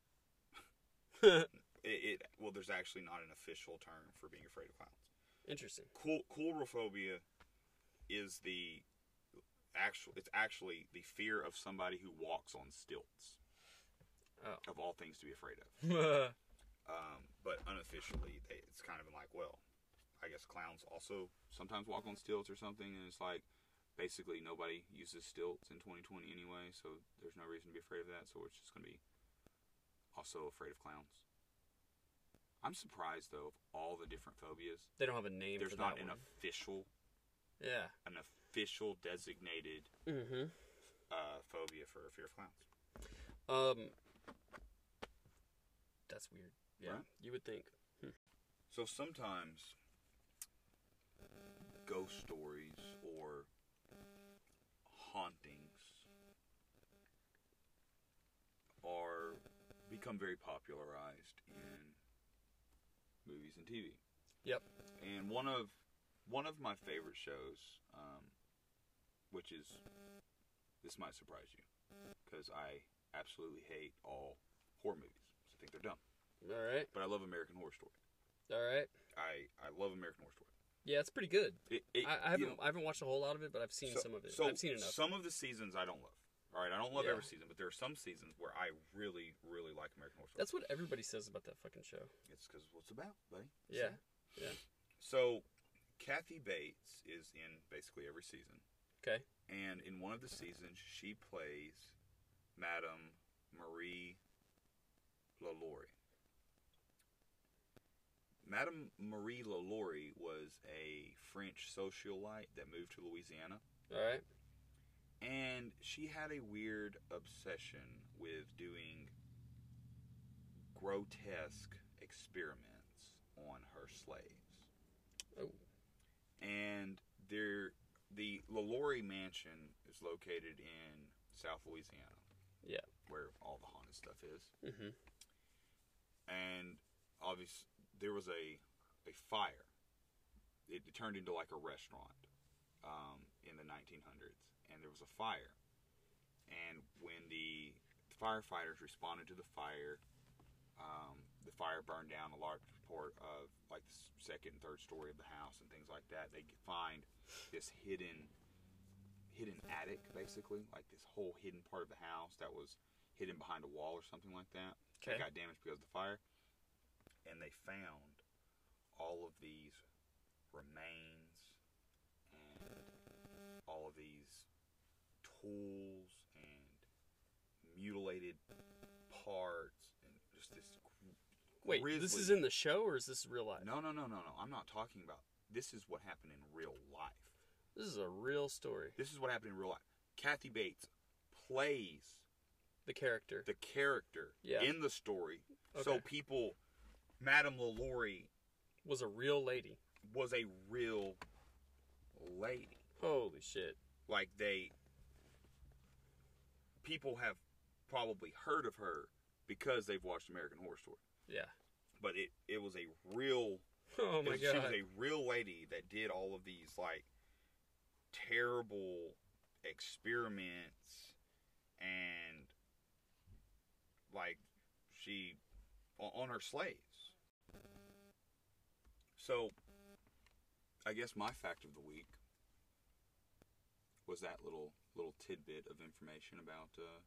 B: it, it well, there's actually not an official term for being afraid of clowns.
A: Interesting.
B: cool coolrophobia is the actual it's actually the fear of somebody who walks on stilts.
A: Oh.
B: Of all things to be afraid of.
A: yeah.
B: Um, but unofficially, they, it's kind of been like, well, I guess clowns also sometimes walk on stilts or something, and it's like basically nobody uses stilts in 2020 anyway, so there's no reason to be afraid of that. So we're just gonna be also afraid of clowns. I'm surprised though of all the different phobias,
A: They don't have a name
B: there's
A: for
B: not
A: that
B: an
A: one.
B: official,
A: Yeah.
B: an official designated uh, phobia for fear of clowns.
A: Um. That's weird. Yeah.
B: Right?
A: You would think.
B: So sometimes ghost stories or hauntings are become very popularized in movies and TV.
A: Yep.
B: And one of one of my favorite shows, um, which is this might surprise you, because I absolutely hate all horror movies. I think they're dumb,
A: All right.
B: but I love American Horror Story.
A: All right.
B: I I love American Horror Story.
A: Yeah, it's pretty good.
B: It, it,
A: I, I
B: you
A: haven't
B: know,
A: I haven't watched a whole lot of it, but I've seen
B: so-
A: some of it.
B: so
A: I've seen enough.
B: Some of the seasons I don't love. All right, I don't love
A: Yeah.
B: every season, but there are some seasons where I really, really like American Horror Story.
A: That's what everybody says about that fucking show.
B: it's because what's about, buddy.
A: Yeah.
B: So, Kathy Bates is in basically every season,
A: Okay.
B: and in one of the seasons she plays Madame Marie LaLaurie. Madame Marie LaLaurie was a French socialite that moved to Louisiana.
A: All right.
B: and she had a weird obsession with doing grotesque experiments on her slaves.
A: Oh.
B: And there, the LaLaurie Mansion is located in South Louisiana,
A: Yeah.
B: where all the haunted stuff is.
A: hmm
B: And obviously, there was a a fire. It, it turned into like a restaurant um, in the 1900s, and there was a fire. And when the firefighters responded to the fire, um, the fire burned down a large part of like the s- second and third story of the house and things like that. They could find this hidden hidden attic, basically, like this whole hidden part of the house that was hidden behind a wall or something like that.
A: Okay.
B: That got damaged because of the fire. And they found all of these remains and all of these tools and mutilated parts and just this gr-
A: Wait, this
B: grisly-
A: is in the show or is this real life?
B: no no no no no i'm not talking about this is what happened in real life
A: This is a real story.
B: this is what happened in real life kathy bates plays
A: The character.
B: the character
A: Yeah.
B: in the story so
A: Okay.
B: people madame lalaurie
A: was a real lady.
B: was a real lady
A: Holy shit.
B: like they people have probably heard of her because they've watched american horror story
A: Yeah.
B: but it it was a real
A: Oh my
B: it- she was
A: god.
B: a real lady that did all of these like terrible experiments and like she on- on her slaves so i guess my fact of the week was that little little tidbit of information about uh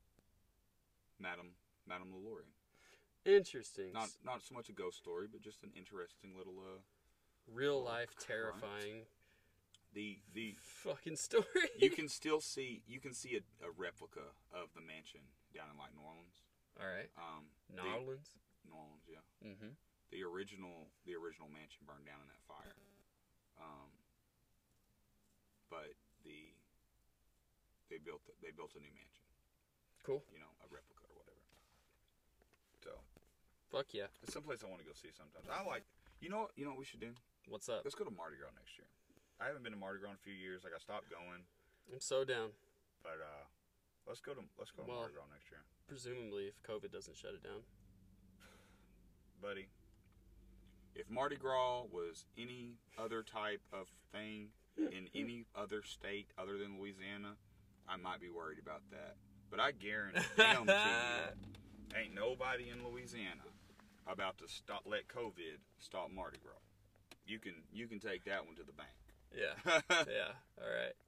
B: madam madam lalaurie
A: Interesting.
B: not not so much a ghost story but just an interesting little uh
A: real life
B: Christ.
A: terrifying
B: the the
A: fucking story.
B: you can still see you can see a, a replica of the mansion down in like New Orleans.
A: All right.
B: Um,
A: New
B: the-
A: Orleans.
B: New Orleans, yeah.
A: Mm-hmm.
B: The original the original mansion burned down in that fire. Um, but the they built they built a new mansion,
A: Cool.
B: you know, a replica or whatever. So
A: Fuck yeah.
B: it's someplace I want to go see sometimes. I like you know what you know what we should do?
A: What's up?
B: Let's go to Mardi Gras next year. I haven't been to Mardi Gras in a few years. Like I stopped going,
A: I'm so down.
B: but uh, let's go to let's go to
A: Well-
B: Mardi Gras next year.
A: Presumably, if COVID doesn't shut it down.
B: buddy. If Mardi Gras was any other type of thing in any other state other than Louisiana, I might be worried about that. But I guarantee damn to you, ain't nobody in Louisiana about to stop let COVID stop Mardi Gras. You can you can take that one to the bank.
A: Yeah. yeah. All right.